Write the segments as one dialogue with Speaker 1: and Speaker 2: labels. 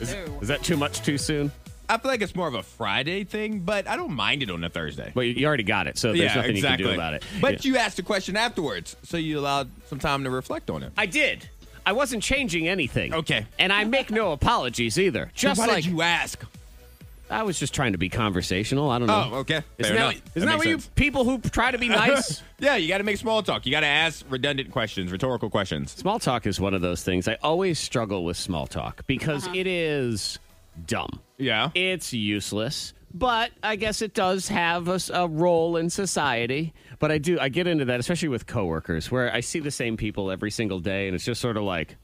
Speaker 1: Is, is that too much too soon?
Speaker 2: I feel like it's more of a Friday thing, but I don't mind it on a Thursday.
Speaker 1: Well, you- you already got it, so there's nothing you can do about it. Yeah.
Speaker 2: But you asked a question afterwards, so you allowed some time to reflect on it.
Speaker 1: I did. I wasn't changing anything.
Speaker 2: Okay.
Speaker 1: And I make no apologies either. Just
Speaker 2: Why
Speaker 1: like
Speaker 2: did you ask?
Speaker 1: I was just trying to be conversational. I don't know.
Speaker 2: Oh, okay. Fair
Speaker 1: Isn't that,
Speaker 2: enough.
Speaker 1: isn't that
Speaker 2: That
Speaker 1: what
Speaker 2: makes
Speaker 1: you
Speaker 2: sense.
Speaker 1: people who try to be nice?
Speaker 2: yeah, you got to make small talk. You got to ask redundant questions, rhetorical questions.
Speaker 1: small talk is one of those things. I always struggle with small talk because it is dumb.
Speaker 2: Yeah.
Speaker 1: It's useless, but I guess it does have a, s- a role in society. But I do, I get into that, especially with coworkers, where I see the same people every single day, and it's just sort of like,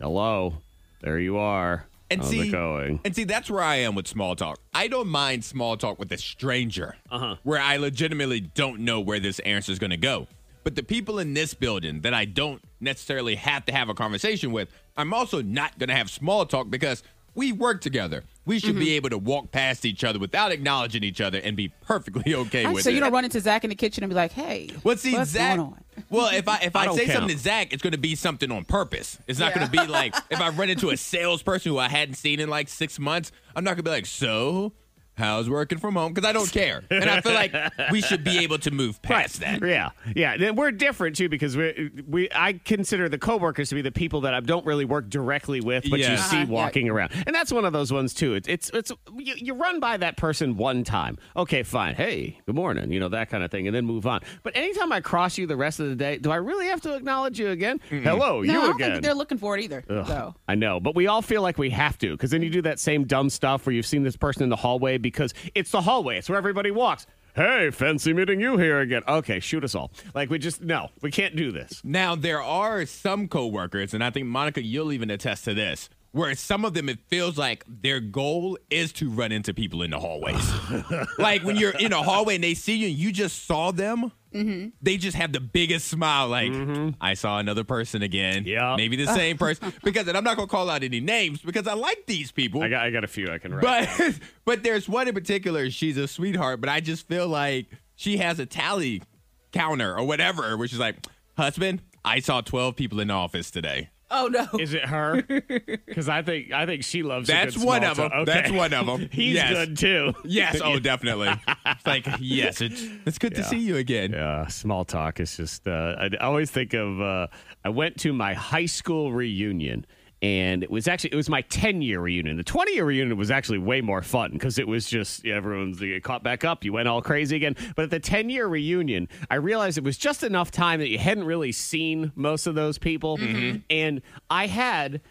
Speaker 1: hello, there you are.
Speaker 2: and
Speaker 1: How's
Speaker 2: see,
Speaker 1: it going?
Speaker 2: and see, that's where I am with small talk. I don't mind small talk with a stranger, uh-huh. where I legitimately don't know where this answer is going to go. But the people in this building that I don't necessarily have to have a conversation with, I'm also not going to have small talk because we work together. We should be able to walk past each other without acknowledging each other and be perfectly okay with
Speaker 3: so
Speaker 2: it.
Speaker 3: you don't run into Zach in the kitchen and be like, "Hey,
Speaker 2: Well, see,
Speaker 3: what's
Speaker 2: Zach.
Speaker 3: going on?"
Speaker 2: Well, if I if
Speaker 1: I
Speaker 2: I,
Speaker 1: don't
Speaker 2: say
Speaker 1: count.
Speaker 2: something to Zach, it's going to be something on purpose. It's not
Speaker 3: Yeah.
Speaker 2: going to be like if I run into a salesperson who I hadn't seen in like six months. I'm not going to be like, so how's working from home? Because I don't care, and I feel like we should be able to move past that.
Speaker 1: Yeah, yeah. Then we're different too because we we I consider the coworkers to be the people that I don't really work directly with, but
Speaker 2: Yeah.
Speaker 1: you see
Speaker 3: Uh-huh, yeah.
Speaker 1: walking around, and that's one of those ones too. It, it's it's you, you run by that person one time, okay, fine, hey, good morning, you know that kind of thing, and then move on. But anytime I cross you the rest of the day, do I really have to acknowledge you again?
Speaker 3: No,
Speaker 1: Hello,
Speaker 3: I
Speaker 1: you
Speaker 3: don't
Speaker 1: again.
Speaker 3: think they're looking for it either. So
Speaker 1: I know, but we all feel like we have to because then you do that same dumb stuff where you've seen this person in the hallway because it's the hallway, it's where everybody walks. Hey, fancy meeting you here again. Okay, shoot us all. Like, we just, no, we can't do this.
Speaker 2: Now there are some coworkers, and I think Monica, you'll even attest to this. Where some of them, it feels like their goal is to run into people in the hallways. like when you're in a hallway and they see you, and you just saw them.
Speaker 3: Mm-hmm.
Speaker 2: They just have the biggest smile. Like I saw another person again.
Speaker 1: Mm-hmm. Yeah.
Speaker 2: maybe the same person. Because and I'm not gonna call out any names because I like these people.
Speaker 1: I got, I got a few I can write.
Speaker 2: But but there's one in particular. She's a sweetheart, but I just feel like she has a tally counter or whatever, where she's like, "Husband, I saw 12 people in the office today."
Speaker 3: oh no,
Speaker 1: Is it her? Because I think I think she loves. a
Speaker 2: That's
Speaker 1: good
Speaker 2: one
Speaker 1: small
Speaker 2: of 'em.
Speaker 1: talk.
Speaker 2: That's one of 'em.
Speaker 1: He's
Speaker 2: Yes.
Speaker 1: good too.
Speaker 2: Yes, oh, definitely. It's like, yes, it's, it's good to see you again.
Speaker 1: Yeah, small talk is just. Uh, I I always think of. Uh, I went to my high school reunion, and it was actually it was my ten year reunion. The twenty year reunion was actually way more fun because it was just yeah, everyone's you get caught back up. You went all crazy again. But at the ten year reunion, I realized it was just enough time that you hadn't really seen most of those people, and I had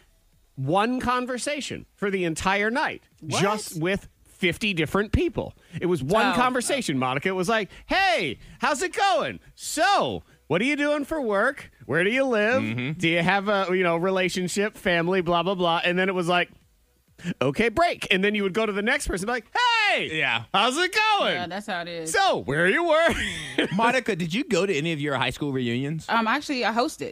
Speaker 1: one conversation for the entire night, just with. 50 different people. It was one
Speaker 3: Oh.
Speaker 1: conversation conversation, Monica. It was like, hey, how's it going? So, what are you doing for work? Where do you live?
Speaker 2: Mm-hmm.
Speaker 1: Do you have a you know relationship, family, blah blah blah? And then it was like, okay, break. And then you would go to the next person, be like, hey,
Speaker 2: Yeah.
Speaker 1: how's it going?
Speaker 3: yeah, that's how it is.
Speaker 1: so, where you were?
Speaker 2: Monica, did you go to any of your high school reunions?
Speaker 3: um, actually, I hosted.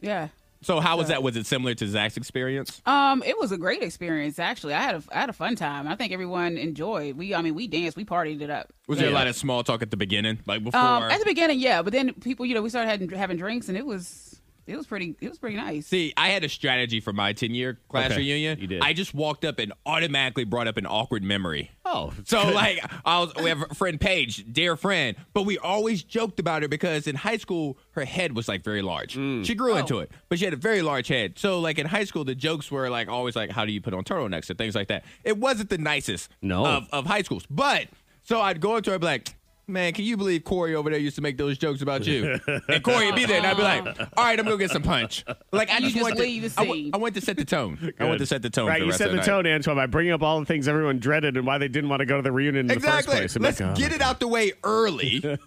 Speaker 3: Yeah.
Speaker 2: So how was that? Was it similar to Zach's experience?
Speaker 3: Um, it was a great experience. Actually, I had a I had a fun time. I think everyone enjoyed. We, I mean, we danced, we partied it up.
Speaker 2: Was there a
Speaker 1: Yeah.
Speaker 2: lot of small talk at the beginning, like before?
Speaker 3: Um, at the beginning, yeah, but then people, you know, we started having, having drinks, and it was it was pretty it was pretty nice.
Speaker 2: See, I had a strategy for my 10 year class
Speaker 1: Okay,
Speaker 2: reunion.
Speaker 1: you did.
Speaker 2: I just walked up and automatically brought up an awkward memory.
Speaker 1: oh,
Speaker 2: So like I was we have a friend Paige, dear friend, but we always joked about her because in high school her head was like very large.
Speaker 1: Mm.
Speaker 2: She
Speaker 1: Oh.
Speaker 2: grew into it, but she had a very large head. So like in high school the jokes were like always like how do you put on turtlenecks and things like that. It wasn't the nicest
Speaker 1: No.
Speaker 2: of, of high schools. But so I'd go up to her and be like, man, can you believe Corey over there used to make those jokes about you? and Corey would be there, and I'd be like, all right, I'm gonna go get some punch. Like I
Speaker 3: And you
Speaker 2: just,
Speaker 3: just
Speaker 2: want
Speaker 3: leave
Speaker 2: to,
Speaker 3: the
Speaker 2: I wa-
Speaker 3: scene.
Speaker 2: I want to set the tone. I want to set the tone.
Speaker 1: Right,
Speaker 2: for the
Speaker 1: you
Speaker 2: rest
Speaker 1: set
Speaker 2: of
Speaker 1: the
Speaker 2: night.
Speaker 1: tone, Antoine, by bringing up all the things everyone dreaded and why they didn't want to go to the reunion in
Speaker 2: Exactly.
Speaker 1: the first place.
Speaker 2: Let's
Speaker 1: Like, oh,
Speaker 2: get it out the way early,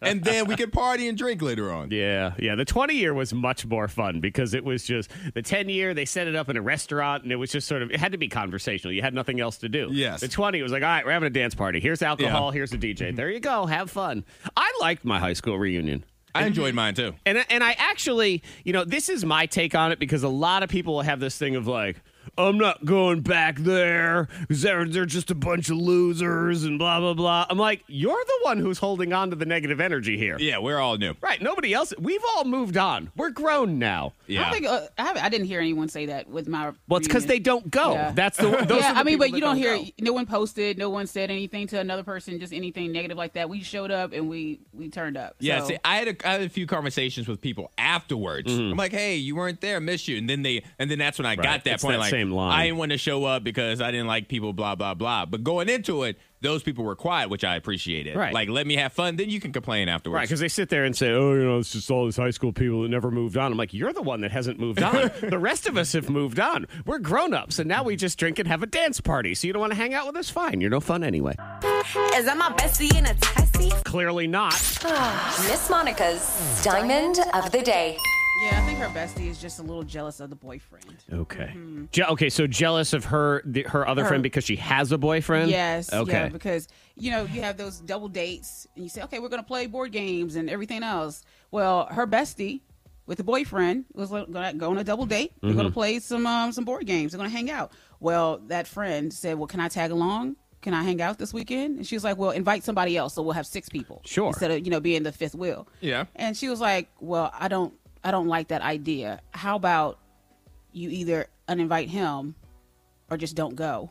Speaker 2: and then we can party and drink later on.
Speaker 1: Yeah, yeah. The 20 year was much more fun because it was just the 10 year, they set it up in a restaurant and it was just sort of, it had to be conversational. You had nothing else to do.
Speaker 2: Yes.
Speaker 1: The 20 was like, all right, we're having a dance party. Here's alcohol,
Speaker 2: Yeah. Mm-hmm.
Speaker 1: here's a DJ. There you go. Have fun. I liked my high school reunion.
Speaker 2: I enjoyed mine too.
Speaker 1: And and I actually, you know, this is my take on it because a lot of people have this thing of like, I'm not going back there because they're, they're just a bunch of losers and blah blah blah. I'm like, you're the one who's holding on to the negative energy here.
Speaker 2: Yeah, we're all new.
Speaker 1: Right. Nobody else. We've all moved on. We're grown now.
Speaker 2: Yeah.
Speaker 3: I don't think uh, I, haven't- I didn't hear anyone say that with my.
Speaker 1: Well, it's because they
Speaker 3: reunion.
Speaker 1: don't go.
Speaker 3: Yeah.
Speaker 1: Oh, That's the. Those
Speaker 3: yeah,
Speaker 1: are the
Speaker 3: I mean,
Speaker 1: people
Speaker 3: but
Speaker 1: that
Speaker 3: you don't hear.
Speaker 1: go.
Speaker 3: No one posted. No one said anything to another person. Just anything negative like that. We showed up and we we turned up.
Speaker 2: Yeah,
Speaker 3: So-
Speaker 2: see, I had, a, I had a few conversations with people afterwards. I'm like, "Hey, you weren't there, miss you," and then they, and then that's when I got that
Speaker 1: It's
Speaker 2: point.
Speaker 1: that
Speaker 2: like,
Speaker 1: same line.
Speaker 2: I didn't want to show up because I didn't like people, blah blah blah. But going into it, those people were quiet, which I appreciated.
Speaker 1: Right.
Speaker 2: like let me have fun, then you can complain afterwards.
Speaker 1: Right, because they sit there and say, "Oh, you know, it's just all these high school people that never moved on." I'm like, "You're the one that hasn't moved on. the rest of us have moved on. We're grown ups, and now we just drink and have a dance party. So you don't want to hang out with us? Fine, you're no fun anyway.
Speaker 4: Is that my bestie in a tessie?
Speaker 1: Clearly not.
Speaker 5: Miss Monica's Diamond of the Day.
Speaker 3: yeah, I think her bestie is just a little jealous of the boyfriend.
Speaker 1: Okay. Je- okay, so jealous of her, the, her
Speaker 3: Hmm.
Speaker 1: other
Speaker 3: Her-
Speaker 1: friend because she has a boyfriend.
Speaker 3: Yes.
Speaker 1: Okay.
Speaker 3: Yeah, because you know you have those double dates, and you say, okay, we're gonna play board games and everything else. Well, her bestie with the boyfriend was like, gonna go on a double date. They're
Speaker 1: Mm-hmm.
Speaker 3: gonna play some um, some board games. They're gonna hang out. Well, that friend said, well, can I tag along? Can I hang out this weekend? And she was like, well, invite somebody else, so we'll have six people.
Speaker 1: Sure.
Speaker 3: Instead of you know being the fifth wheel.
Speaker 2: Yeah.
Speaker 3: And she was like, well, I don't I don't like that idea. How about you either uninvite him or just don't go.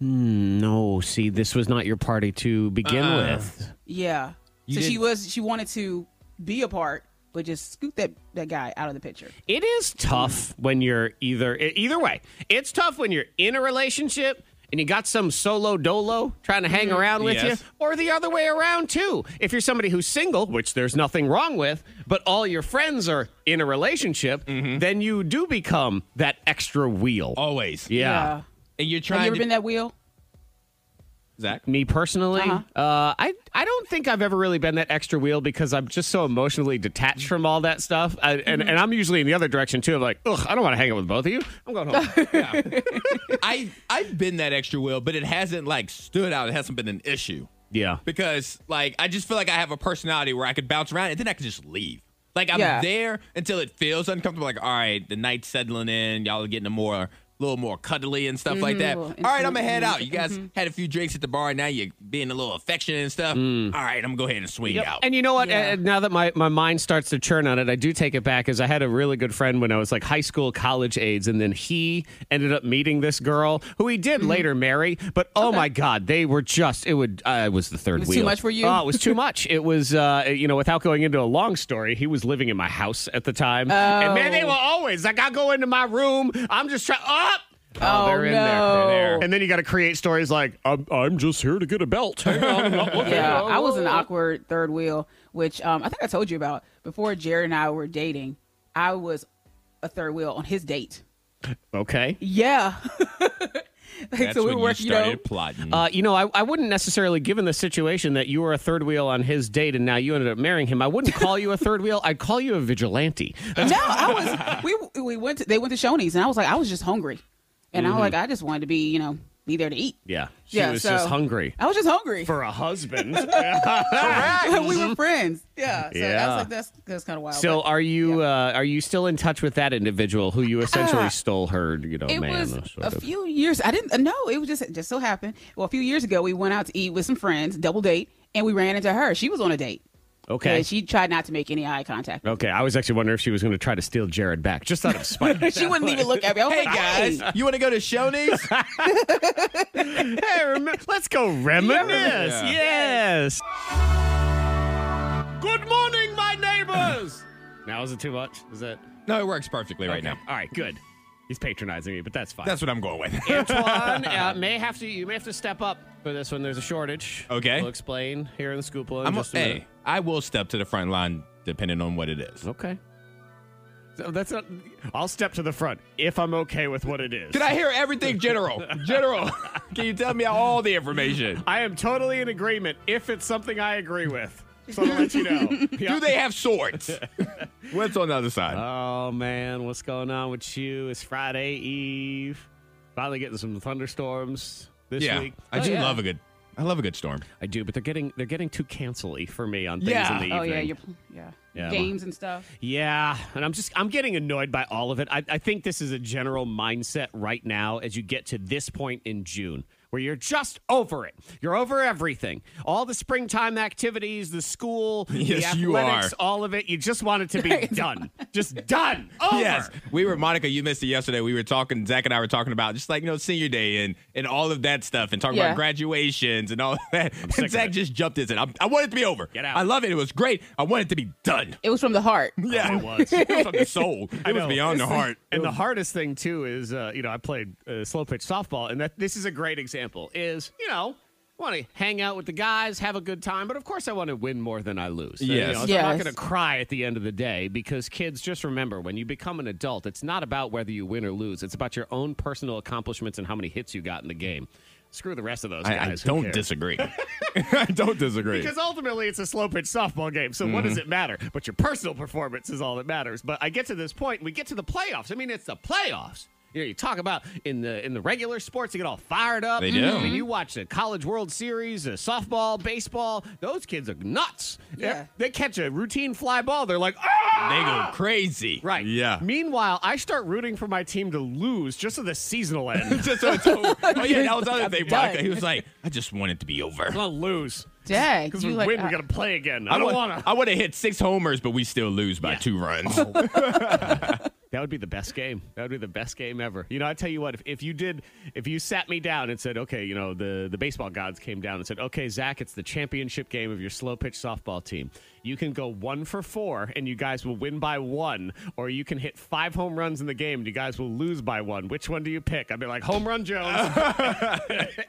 Speaker 1: Hmm, No, see, this was not your party to begin with.
Speaker 3: Yeah. so she was she wanted to be a part, but just scoot that that guy out of the picture.
Speaker 1: It is tough when you're either e- either way. It's tough when you're in a relationship and you got some solo dolo trying to hang around with
Speaker 2: Mm-hmm. Yes.
Speaker 1: you, or the other way around too. If you're somebody who's single, which there's nothing wrong with, but all your friends are in a relationship,
Speaker 2: Mm-hmm.
Speaker 1: then you do become that extra wheel.
Speaker 2: Always.
Speaker 1: yeah.
Speaker 2: And you're
Speaker 3: Have
Speaker 2: trying
Speaker 3: you ever
Speaker 2: to
Speaker 3: been that wheel?
Speaker 2: Zach.
Speaker 1: me personally, uh
Speaker 3: Uh-huh.
Speaker 1: I I don't think I've ever really been that extra wheel because I'm just so emotionally detached from all that stuff, I, and and I'm usually in the other direction too. I'm like, ugh, I don't want to hang out with both of you. I'm going home.
Speaker 2: I I've been that extra wheel, but it hasn't like stood out. It hasn't been an issue.
Speaker 1: yeah,
Speaker 2: because like I just feel like I have a personality where I could bounce around and then I can just leave. Like I'm
Speaker 3: Yeah.
Speaker 2: there until it feels uncomfortable. Like all right, the night's settling in. Y'all are getting a more little more cuddly and stuff like that. All
Speaker 3: little
Speaker 2: right, I'm gonna
Speaker 3: intimate
Speaker 2: head
Speaker 3: moments.
Speaker 2: out. You guys had a few drinks at the bar. Now you're being a little affectionate and stuff.
Speaker 1: Mm.
Speaker 2: All right, I'm gonna go ahead and swing
Speaker 1: Yep.
Speaker 2: out.
Speaker 1: And you know what?
Speaker 3: Yeah.
Speaker 1: Uh, now that my, my mind starts to churn on it, I do take it back. As I had a really good friend when I was like high school, college aides, and then he ended up meeting this girl who he
Speaker 3: Mm-hmm.
Speaker 1: did later marry. But oh my god, they were just it would uh, it was the third
Speaker 3: was
Speaker 1: wheel.
Speaker 3: too much for you?
Speaker 1: Oh, it was too much. It was uh, you know without going into a long story, he was living in my house at the time, and man,
Speaker 3: Oh.
Speaker 1: they were always like I go into my room, I'm just trying up. Oh,
Speaker 3: Oh,
Speaker 1: they're in there. They're there.
Speaker 3: no.
Speaker 1: And then you got to create stories like, I'm, I'm just here to get a belt. Hang on, I'm not looking.
Speaker 3: Yeah,
Speaker 1: Oh,
Speaker 3: I was an
Speaker 1: oh, oh.
Speaker 3: awkward third wheel, which um, I think I told you about before. Jared and I were dating. I was a third wheel on his date.
Speaker 1: Okay.
Speaker 3: Yeah, Like,
Speaker 2: That's when
Speaker 3: were,
Speaker 2: you started plotting.
Speaker 1: Uh, you know, I, I wouldn't necessarily, given the situation that you were a third wheel on his date and now you ended up marrying him, I wouldn't call you a third wheel. I'd call you a vigilante.
Speaker 3: No, I was. We we went. To, they went to Shoney's, and I was like, I was just hungry, and I was like, I just wanted to be, you know, be there to eat.
Speaker 1: Yeah. Mm-hmm. She
Speaker 3: Yeah,
Speaker 1: was just
Speaker 3: so-
Speaker 1: hungry
Speaker 3: I was just hungry.
Speaker 1: for a husband.
Speaker 3: we
Speaker 1: Mm-hmm.
Speaker 3: were friends. Yeah. So I
Speaker 1: Yeah.
Speaker 3: was like, that's that's kind of wild.
Speaker 1: so are you uh, are you still in touch with that individual who you essentially stole her, you know,
Speaker 3: Ah. it
Speaker 1: man?
Speaker 3: was
Speaker 1: or
Speaker 3: a
Speaker 1: sort of-
Speaker 3: few years. I didn't know. It was just it just so happened. Well, a few years ago, we went out to eat with some friends, double date, and we ran into her. She was on a date.
Speaker 1: okay.
Speaker 3: And she tried not to make any eye contact.
Speaker 1: okay. I was actually wondering if she was going to try to steal Jared back just out of spite.
Speaker 3: she wouldn't even look at me. I was
Speaker 2: hey
Speaker 3: like,
Speaker 2: guys, you want to go to Shoney's?
Speaker 1: hey, remem- let's go reminisce.
Speaker 2: Yeah.
Speaker 1: Yes. Good morning, my neighbors. now is it too much? Is that
Speaker 2: no, it works perfectly right
Speaker 1: Okay.
Speaker 2: now.
Speaker 1: All right, good. He's patronizing me, but that's fine.
Speaker 2: That's what I'm going with.
Speaker 1: Antoine uh, may have to. You may have to step up for this one. There's a shortage.
Speaker 2: Okay.
Speaker 1: We'll explain here in the scoop in
Speaker 2: I'm
Speaker 1: just a minute.
Speaker 2: hey, I will step to the front line depending on what it is.
Speaker 1: Okay. So that's not. I'll step to the front if I'm okay with what it is.
Speaker 2: Can I hear everything, General? General, can you tell me all the information?
Speaker 1: I am totally in agreement if it's something I agree with. So I'll let you know.
Speaker 2: Do they have swords? What's on the other side?
Speaker 1: Oh man, what's going on with you? It's Friday Eve. Finally getting some thunderstorms this
Speaker 2: yeah,
Speaker 1: week.
Speaker 2: I
Speaker 3: Oh,
Speaker 2: do
Speaker 3: yeah.
Speaker 2: love a good. I love a good storm.
Speaker 1: I do, but they're getting they're getting too cancely for me on things
Speaker 2: Yeah.
Speaker 1: in the evening.
Speaker 3: Oh yeah, you're, yeah,
Speaker 1: Yeah,
Speaker 3: games and stuff.
Speaker 1: Yeah, and I'm just I'm getting annoyed by all of it. I, I think this is a general mindset right now as you get to this point in June where you're just over it. You're over everything. All the springtime activities, the school,
Speaker 2: Yes,
Speaker 1: the
Speaker 2: you
Speaker 1: athletics,
Speaker 2: are.
Speaker 1: all of it. You just want it to be done. just done. Over.
Speaker 2: Yes, we were Monica. You missed it yesterday. We were talking. Zach and I were talking about just like you know senior day and and all of that stuff and talking
Speaker 3: Yeah.
Speaker 2: about graduations and all of that.
Speaker 1: sick
Speaker 2: And
Speaker 1: of
Speaker 2: Zach
Speaker 1: it.
Speaker 2: just jumped in. and I'm- I want it to be over.
Speaker 1: Get out.
Speaker 2: I love it. It was great. I want it to be done.
Speaker 3: It was from the heart.
Speaker 2: Yeah,
Speaker 1: Oh, It was.
Speaker 2: it was on the soul. It was
Speaker 1: know.
Speaker 2: beyond the heart.
Speaker 1: And the hardest thing too is, uh, you know, I played uh, slow pitch softball, and that this is a great example. Is you know, want to hang out with the guys, have a good time, but of course I want to win more than I lose. And, you
Speaker 2: Yes.
Speaker 1: know, so I'm not
Speaker 3: Yes.
Speaker 1: going to cry at the end of the day because kids just remember when you become an adult, it's not about whether you win or lose. It's about your own personal accomplishments and how many hits you got in the game. Screw the rest of those
Speaker 2: I, I
Speaker 1: guys. Who
Speaker 2: don't
Speaker 1: cares?
Speaker 2: disagree. I don't disagree.
Speaker 1: Because ultimately, it's a slow pitch softball game. So what
Speaker 2: Mm-hmm.
Speaker 1: does it matter? But your personal performance is all that matters. But I get to this point, we get to the playoffs. I mean, it's the playoffs. You know, you talk about in the in the regular sports, you get all fired up.
Speaker 2: They do.
Speaker 1: I mean, you watch the College World Series, uh, softball, baseball. Those kids are nuts.
Speaker 3: Yeah.
Speaker 1: They, they catch a routine fly ball. They're like, ah!
Speaker 2: they go crazy.
Speaker 1: Right.
Speaker 2: Yeah.
Speaker 1: Meanwhile, I start rooting for my team to lose just so the seasonal ends.
Speaker 2: just so it's over. Oh yeah, that was the other thing.
Speaker 3: done.
Speaker 2: Monica, he was like, I just want it to be over.
Speaker 1: I want to lose.
Speaker 3: Dang,
Speaker 1: Because
Speaker 3: you
Speaker 1: we
Speaker 3: like,
Speaker 1: win,
Speaker 3: uh,
Speaker 1: we got to play again. I don't want to.
Speaker 2: I would have hit six homers, but we still lose by two runs.
Speaker 1: That would be the best game. That would be the best game ever. You know, I tell you what, if, if you did, if you sat me down and said, okay, you know, the, the baseball gods came down and said, okay, Zach, it's the championship game of your slow pitch softball team. You can go one for four and you guys will win by one, or you can hit five home runs in the game and you guys will lose by one. Which one do you pick? I'd be like, home run Jones.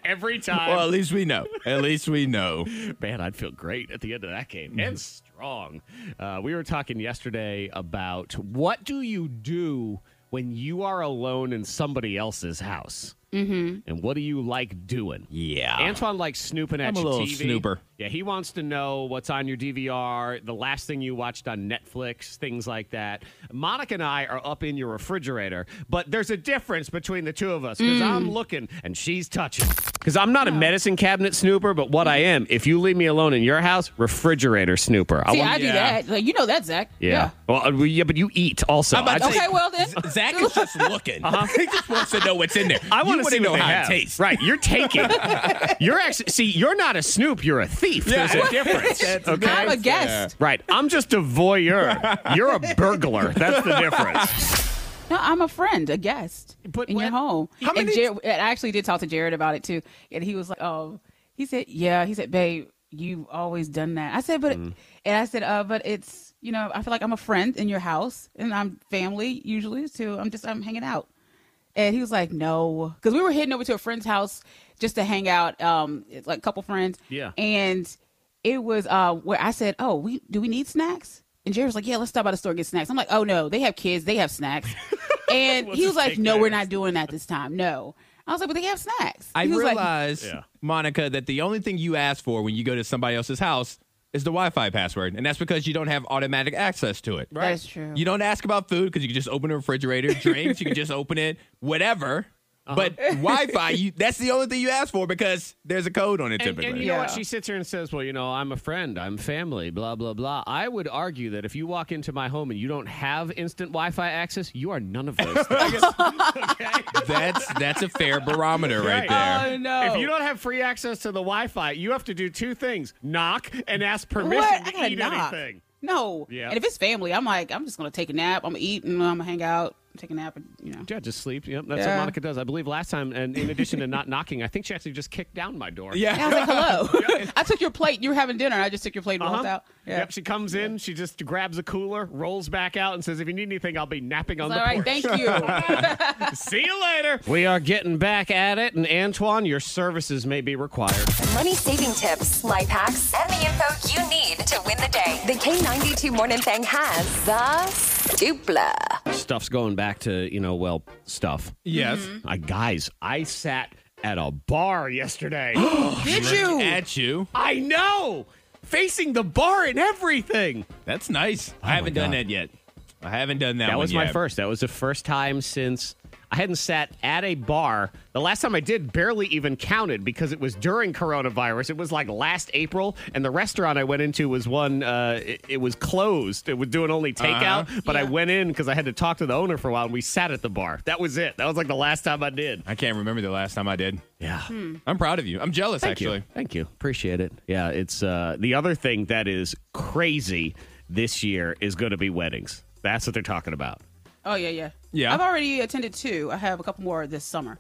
Speaker 1: Every time.
Speaker 2: well, at least we know. At least we know.
Speaker 1: Man, I'd feel great at the end of that game and strong. Uh, we were talking yesterday about what do you do when you are alone in somebody else's house, mm-hmm. and what do you like doing?
Speaker 2: Yeah.
Speaker 1: Antoine likes snooping at
Speaker 2: I'm a
Speaker 1: your
Speaker 2: little
Speaker 1: TV.
Speaker 2: snooper.
Speaker 1: Yeah, he wants to know what's on your DVR, the last thing you watched on Netflix, things like that. Monica and I are up in your refrigerator, but there's a difference between the two of us because
Speaker 2: Mm.
Speaker 1: I'm looking and she's touching. Because I'm not a medicine cabinet snooper, but what I am, if you leave me alone in your house, refrigerator snooper.
Speaker 3: See,
Speaker 1: want-
Speaker 3: I do
Speaker 2: yeah.
Speaker 3: that. Like you know that, Zach.
Speaker 1: yeah. Well, uh, yeah, but you eat also.
Speaker 2: I'm about
Speaker 1: I
Speaker 2: to
Speaker 1: just-
Speaker 2: say,
Speaker 3: Okay, well then.
Speaker 2: Z- Zach is just looking. he just wants to know what's in there.
Speaker 1: Uh-huh. I
Speaker 2: You
Speaker 1: want to
Speaker 2: wouldn't
Speaker 1: see
Speaker 2: know
Speaker 1: what they
Speaker 2: how
Speaker 1: have.
Speaker 2: it tastes.
Speaker 1: Right, you're taking. you're actually see. You're not a snoop. You're a thief.
Speaker 2: Yeah.
Speaker 1: There's a difference. okay.
Speaker 3: I'm a guest.
Speaker 1: Right. I'm just a voyeur. You're a burglar. That's the difference.
Speaker 3: No, I'm a friend, a guest
Speaker 1: But
Speaker 3: in
Speaker 1: what-
Speaker 3: your home.
Speaker 1: How
Speaker 3: and
Speaker 1: many-
Speaker 3: Jared, and I actually did talk to Jared about it too, and he was like, "Oh," he said, "Yeah," he said, "Babe, you've always done that." I said, "But," and I said, "Uh, but it's you know, I feel like I'm a friend in your house, and I'm family usually too. I'm just I'm hanging out." And he was like, "No," because we were heading over to a friend's house just to hang out, um, it's like a couple friends.
Speaker 1: Yeah.
Speaker 3: And it was uh where I said, "Oh, we do we need snacks?" And Jerry was like, "Yeah, let's stop by the store and get snacks." I'm like, "Oh no, they have kids, they have snacks." And he was like, "No, we're not doing that this time. No." I was like, "But they have snacks."
Speaker 2: I
Speaker 3: He was like,
Speaker 2: realize,
Speaker 1: Yeah.
Speaker 2: Monica, that the only thing you ask for when you go to somebody else's house is the Wi-Fi password, and that's because you don't have automatic access to it.
Speaker 3: That is true.
Speaker 2: You don't ask about food because you can just open a refrigerator, drinks, you can just open it, whatever.
Speaker 1: Uh-huh.
Speaker 2: But Wi-Fi, you, that's the only thing you ask for because there's a code on it
Speaker 1: And,
Speaker 2: typically.
Speaker 1: and you know what?
Speaker 3: Yeah.
Speaker 1: She sits here and says, Well, you know, I'm a friend, I'm family, blah, blah, blah. I would argue that if you walk into my home and you don't have instant Wi Fi access, you are none of those things.
Speaker 2: that's that's a fair barometer right,
Speaker 1: Right.
Speaker 2: there.
Speaker 3: "Oh no."
Speaker 1: If you don't have free access to the Wi Fi, you have to do two things knock and ask permission
Speaker 3: what? I
Speaker 1: to
Speaker 3: gotta
Speaker 1: eat
Speaker 3: knock.
Speaker 1: anything.
Speaker 3: No.
Speaker 1: Yeah.
Speaker 3: And if it's family, I'm like, I'm just gonna take a nap. I'm gonna eat and I'm gonna hang out. take a nap. And, you know,
Speaker 1: Yeah, just sleep. Yep, that's what
Speaker 3: Yeah.
Speaker 1: Monica does. I believe last time, and in addition to not knocking, I think she actually just kicked down my door.
Speaker 3: And I was like, "Hello." I took your plate. You were having dinner. and I just took your plate and
Speaker 1: Uh-huh.
Speaker 3: walked out. Yeah.
Speaker 1: Yep, she comes in, she just grabs a cooler, rolls back out, and says, If you need anything, I'll be napping on
Speaker 3: All
Speaker 1: the
Speaker 3: right.
Speaker 1: porch.
Speaker 3: Thank you.
Speaker 1: See you later. We are getting back at it, and Antoine, your services may be required.
Speaker 5: Money saving tips, life hacks, and the info you need to win the day. The K92 Morning Thing has the dupla.
Speaker 1: Stuff's going back to, you know, well, stuff.
Speaker 2: Yes.
Speaker 3: Mm-hmm.
Speaker 1: I, guys, I sat at a bar yesterday.
Speaker 3: Did you?
Speaker 2: At you.
Speaker 1: I know! Facing the bar and everything.
Speaker 2: That's nice. I haven't done
Speaker 1: Oh God.
Speaker 2: that yet. I haven't done that.
Speaker 1: That
Speaker 2: one
Speaker 1: was my
Speaker 2: yet.
Speaker 1: first. That was the first time since I hadn't sat at a bar. The last time I did barely even counted because it was during coronavirus. It was like last April, and the restaurant I went into was one. Uh, it, it was closed. It was doing only takeout,
Speaker 2: Uh-huh.
Speaker 1: but I
Speaker 3: Yeah.
Speaker 1: went in because I had to talk to the owner for a while, and we sat at the bar. That was it. That was like the last time I did.
Speaker 2: I can't remember the last time I did.
Speaker 1: Yeah.
Speaker 2: I'm proud of you. I'm jealous, actually.
Speaker 1: You. Thank you. Appreciate it. Yeah, it's uh, the other thing that is crazy this year is going to be weddings. That's what they're talking about.
Speaker 3: Oh yeah, yeah.
Speaker 2: Yeah.
Speaker 3: I've already attended two. I have a couple more this summer.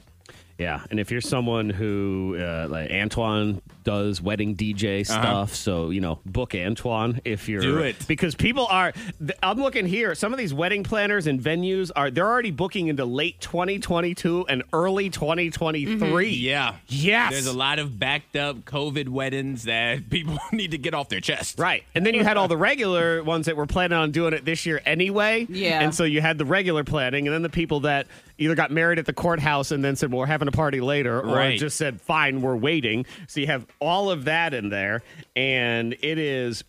Speaker 1: Yeah, and if you're someone who uh, like Antoine does wedding DJ stuff, so you know, book Antoine if you're
Speaker 2: Do it.
Speaker 1: because people are. th- I'm looking here. Some of these wedding planners and venues are they're already booking into late 2022 and early 2023.
Speaker 2: Mm-hmm. Yeah.
Speaker 1: Yes.
Speaker 2: There's a lot of backed up COVID weddings that people need to get off their chest.
Speaker 1: Right. And then you had all the regular ones that were planning on doing it this year anyway.
Speaker 3: Yeah.
Speaker 1: And so you had the regular planning, and then the people that either got married at the courthouse and then said, well, we're having a party later, or
Speaker 2: Right.
Speaker 1: just said, fine, we're waiting. So you have all of that in there. And it is,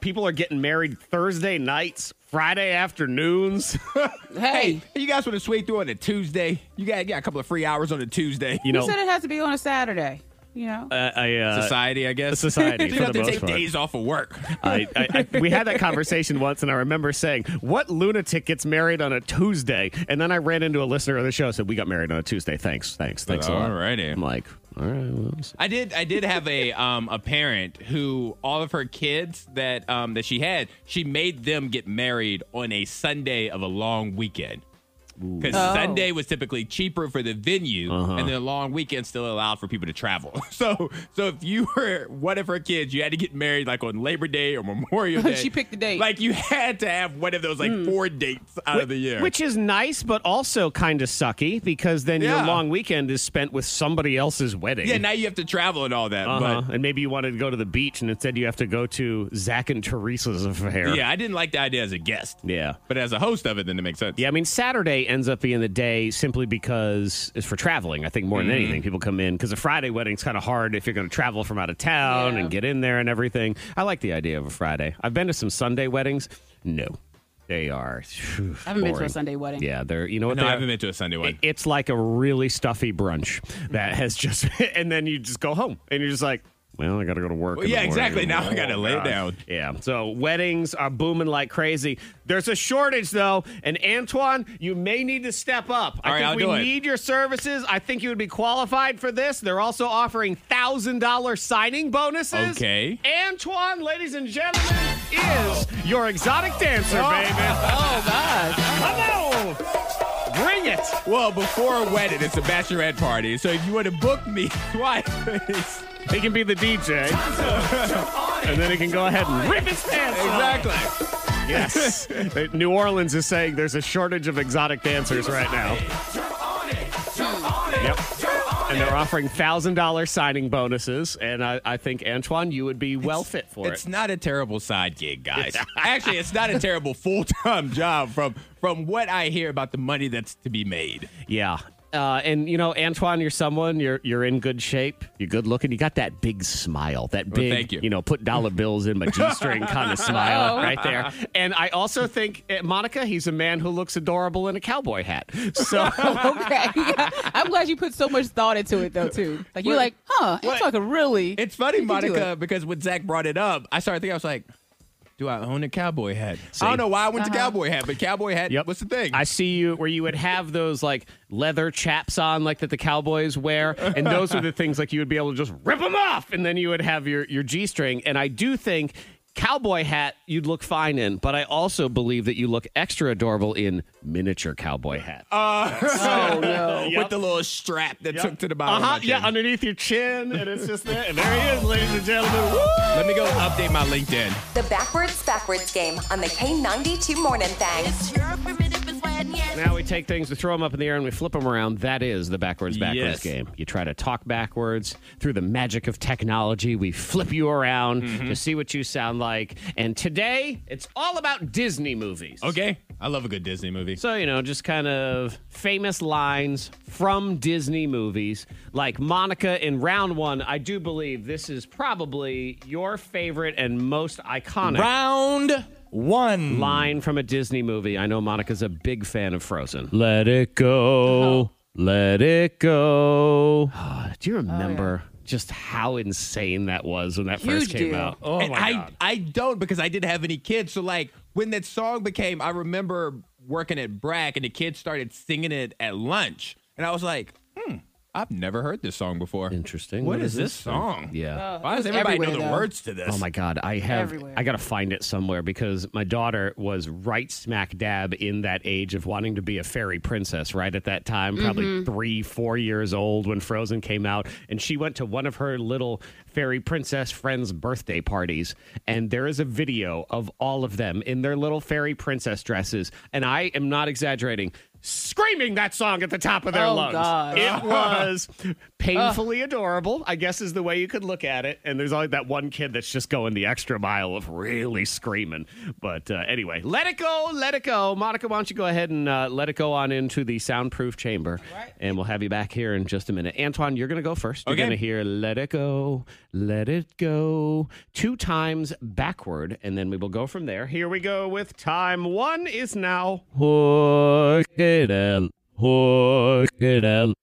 Speaker 1: people are getting married Thursday nights, Friday afternoons.
Speaker 3: Hey,
Speaker 2: You guys want to swing through on a Tuesday? You got, you got a couple of free hours on a Tuesday.
Speaker 1: You
Speaker 3: you
Speaker 1: know,
Speaker 3: said it has to be on a Saturday. You know.
Speaker 1: I, I, uh,
Speaker 2: society, I guess.
Speaker 1: society,
Speaker 2: you
Speaker 1: for
Speaker 2: have
Speaker 1: the
Speaker 2: to
Speaker 1: most
Speaker 2: take
Speaker 1: part.
Speaker 2: days off of work.
Speaker 1: I, I, I, we had that conversation once, and I remember saying, "What lunatic gets married on a Tuesday?" And then I ran into a listener of the show said, "We got married on a Tuesday. Thanks, thanks, thanks a lot."
Speaker 2: Alrighty.
Speaker 1: I'm like, all right. Well,
Speaker 2: I did. I did have a um a parent who all of her kids that um that she had, she made them get married on a Sunday of a long weekend. Because
Speaker 3: Oh.
Speaker 2: Sunday was typically cheaper for the venue,
Speaker 1: Uh-huh.
Speaker 2: and then a long weekend still allowed for people to travel. So, so if you were one of her kids, you had to get married like on Labor Day or Memorial Day.
Speaker 3: She picked the date. Hmm.
Speaker 2: Like you had to have one of those like four dates out of the year.
Speaker 1: which is nice, but also kind of sucky because then your
Speaker 2: Yeah.
Speaker 1: long weekend is spent with somebody else's wedding.
Speaker 2: yeah, now you have to travel and all that.
Speaker 1: Uh-huh.
Speaker 2: But
Speaker 1: and maybe you wanted to go to the beach, and instead you have to go to Zach and Teresa's affair.
Speaker 2: Yeah, I didn't like the idea as a guest.
Speaker 1: Yeah.
Speaker 2: But as a host of it, then it makes sense.
Speaker 1: Yeah, I mean Saturday ends up being the day simply because it's for traveling. I think more than
Speaker 2: Mm-hmm.
Speaker 1: anything, people come in because a Friday wedding's kind of hard if you're going to travel from out of town
Speaker 3: Yeah.
Speaker 1: and get in there and everything. I like the idea of a Friday. I've been to some Sunday weddings. No, they are. phew,
Speaker 3: I haven't been to a
Speaker 1: boring.
Speaker 3: Sunday wedding.
Speaker 1: Yeah, they're. You know what?
Speaker 2: No,
Speaker 1: they
Speaker 2: I
Speaker 1: are?
Speaker 2: haven't been to a Sunday one.
Speaker 1: It- It's like a really stuffy brunch that has just, and then you just go home and you're just like, well, I got to go to work.
Speaker 2: Well,
Speaker 1: in the
Speaker 2: yeah,
Speaker 1: morning."
Speaker 2: exactly. Now I
Speaker 1: Oh,
Speaker 2: gotta lay
Speaker 1: gosh.
Speaker 2: down.
Speaker 1: Yeah. So weddings are booming like crazy. There's a shortage though, and Antoine, you may need to step up. I
Speaker 2: All right,
Speaker 1: think
Speaker 2: I'll
Speaker 1: we
Speaker 2: do it.
Speaker 1: need your services. I think you would be qualified for this. They're also offering thousand dollar signing bonuses.
Speaker 2: Okay.
Speaker 1: Antoine, ladies and gentlemen, is your exotic dancer, baby.
Speaker 2: Oh,
Speaker 1: Oh God! Come on, bring it.
Speaker 2: well, before a wedding, it's a bachelorette party. So if you want to book me twice, exactly.
Speaker 1: He can be the DJ. and then he can go ahead and rip his pants off. Yes. New Orleans is saying there's a shortage of exotic dancers right now. Yep. And they're offering $1,000 signing bonuses. And I, I think, Antoine, you would be well fit for
Speaker 2: It's
Speaker 1: it.
Speaker 2: not a terrible side gig, guys. Actually, it's not a terrible full time job from from what I hear about the money that's to be made.
Speaker 1: Yeah. Uh, and you know, Antoine, you're someone. You're you're in good shape. You're good looking. You got that big smile, that big,
Speaker 2: thank you. Oh.
Speaker 1: know, put dollar bills in my g-string kind of smile right there. And I also think uh, Monica, he's a man who looks adorable in a cowboy hat. So
Speaker 3: okay. I'm glad you put so much thought into it though too. Like you're like, huh? It's like a really.
Speaker 2: It's funny,
Speaker 3: you can do
Speaker 2: Monica, because when Zach brought it up, I started thinking I was like, do I own a cowboy hat? I
Speaker 1: See? Uh-huh.
Speaker 2: don't know why I went
Speaker 3: Uh-huh.
Speaker 2: to cowboy hat, but cowboy hat. What's the thing?
Speaker 1: I see you where you would have those like leather chaps on, like that the cowboys wear, and those are the things like you would be able to just rip them off, and then you would have your your g string. And I do think cowboy hat you'd look fine in, but I also believe that you look extra adorable in miniature cowboy hat.
Speaker 3: Oh no.
Speaker 2: Uh, With the little strap that took to the bottom.
Speaker 1: uh-huh,
Speaker 2: of my
Speaker 1: yeah,
Speaker 2: chin.
Speaker 1: underneath your chin, and it's just there. And there he is, ladies and gentlemen. Woo!
Speaker 2: Let me go update my LinkedIn.
Speaker 5: The backwards, backwards game on the K92 Morning Thang.
Speaker 1: Now we take things, we throw them up in the air, and we flip them around. That is the backwards backwards
Speaker 2: Yes.
Speaker 1: game. You try to talk backwards through the magic of technology. We flip you around
Speaker 2: Mm-hmm.
Speaker 1: to see what you sound like. And today, it's all about Disney movies.
Speaker 2: Okay. I love a good Disney movie.
Speaker 1: So, you know, just kind of famous lines from Disney movies. Like Monica in round one, I do believe this is probably your favorite and most iconic
Speaker 6: Round one.
Speaker 1: line from a Disney movie. I know Monica's a big fan of Frozen. Let it go. Let it go. Ah, Oh, Do you remember just how insane that was when that first
Speaker 3: Huge
Speaker 1: came
Speaker 3: deal.
Speaker 1: out? Oh,
Speaker 2: and I, I don't because I didn't have any kids. So like when that song became, I remember working at Brack and the kids started singing it at lunch, and I was like, hmm, I've never heard this song before.
Speaker 1: Interesting.
Speaker 2: what is, this song?
Speaker 1: Yeah.
Speaker 2: Why does
Speaker 3: It was
Speaker 2: everybody know the
Speaker 3: Uh, everywhere, though.
Speaker 2: words to this?
Speaker 1: Oh my God! I have.
Speaker 3: Everywhere.
Speaker 1: I gotta find it somewhere because my daughter was right smack dab in that age of wanting to be a fairy princess. Right at that time, probably
Speaker 3: Mm-hmm.
Speaker 1: three, four years old when Frozen came out, and she went to one of her little fairy princess friends' birthday parties, and there is a video of all of them in their little fairy princess dresses, and I am not exaggerating. Screaming that song at the top of their
Speaker 3: Oh,
Speaker 1: lungs.
Speaker 3: God.
Speaker 1: It was painfully adorable, I guess is the way you could look at it. And there's always that one kid that's just going the extra mile of really screaming. But uh, anyway, let it go, let it go. Monica, why don't you go ahead and uh, let it go on into the soundproof chamber? And we'll have you back here in just a minute. Antoine, you're going to go first. You're
Speaker 2: Okay.
Speaker 1: going to hear let it go, let it go two times backward. And then we will go from there. Here we go with time one is now. Hook it out. Hook it out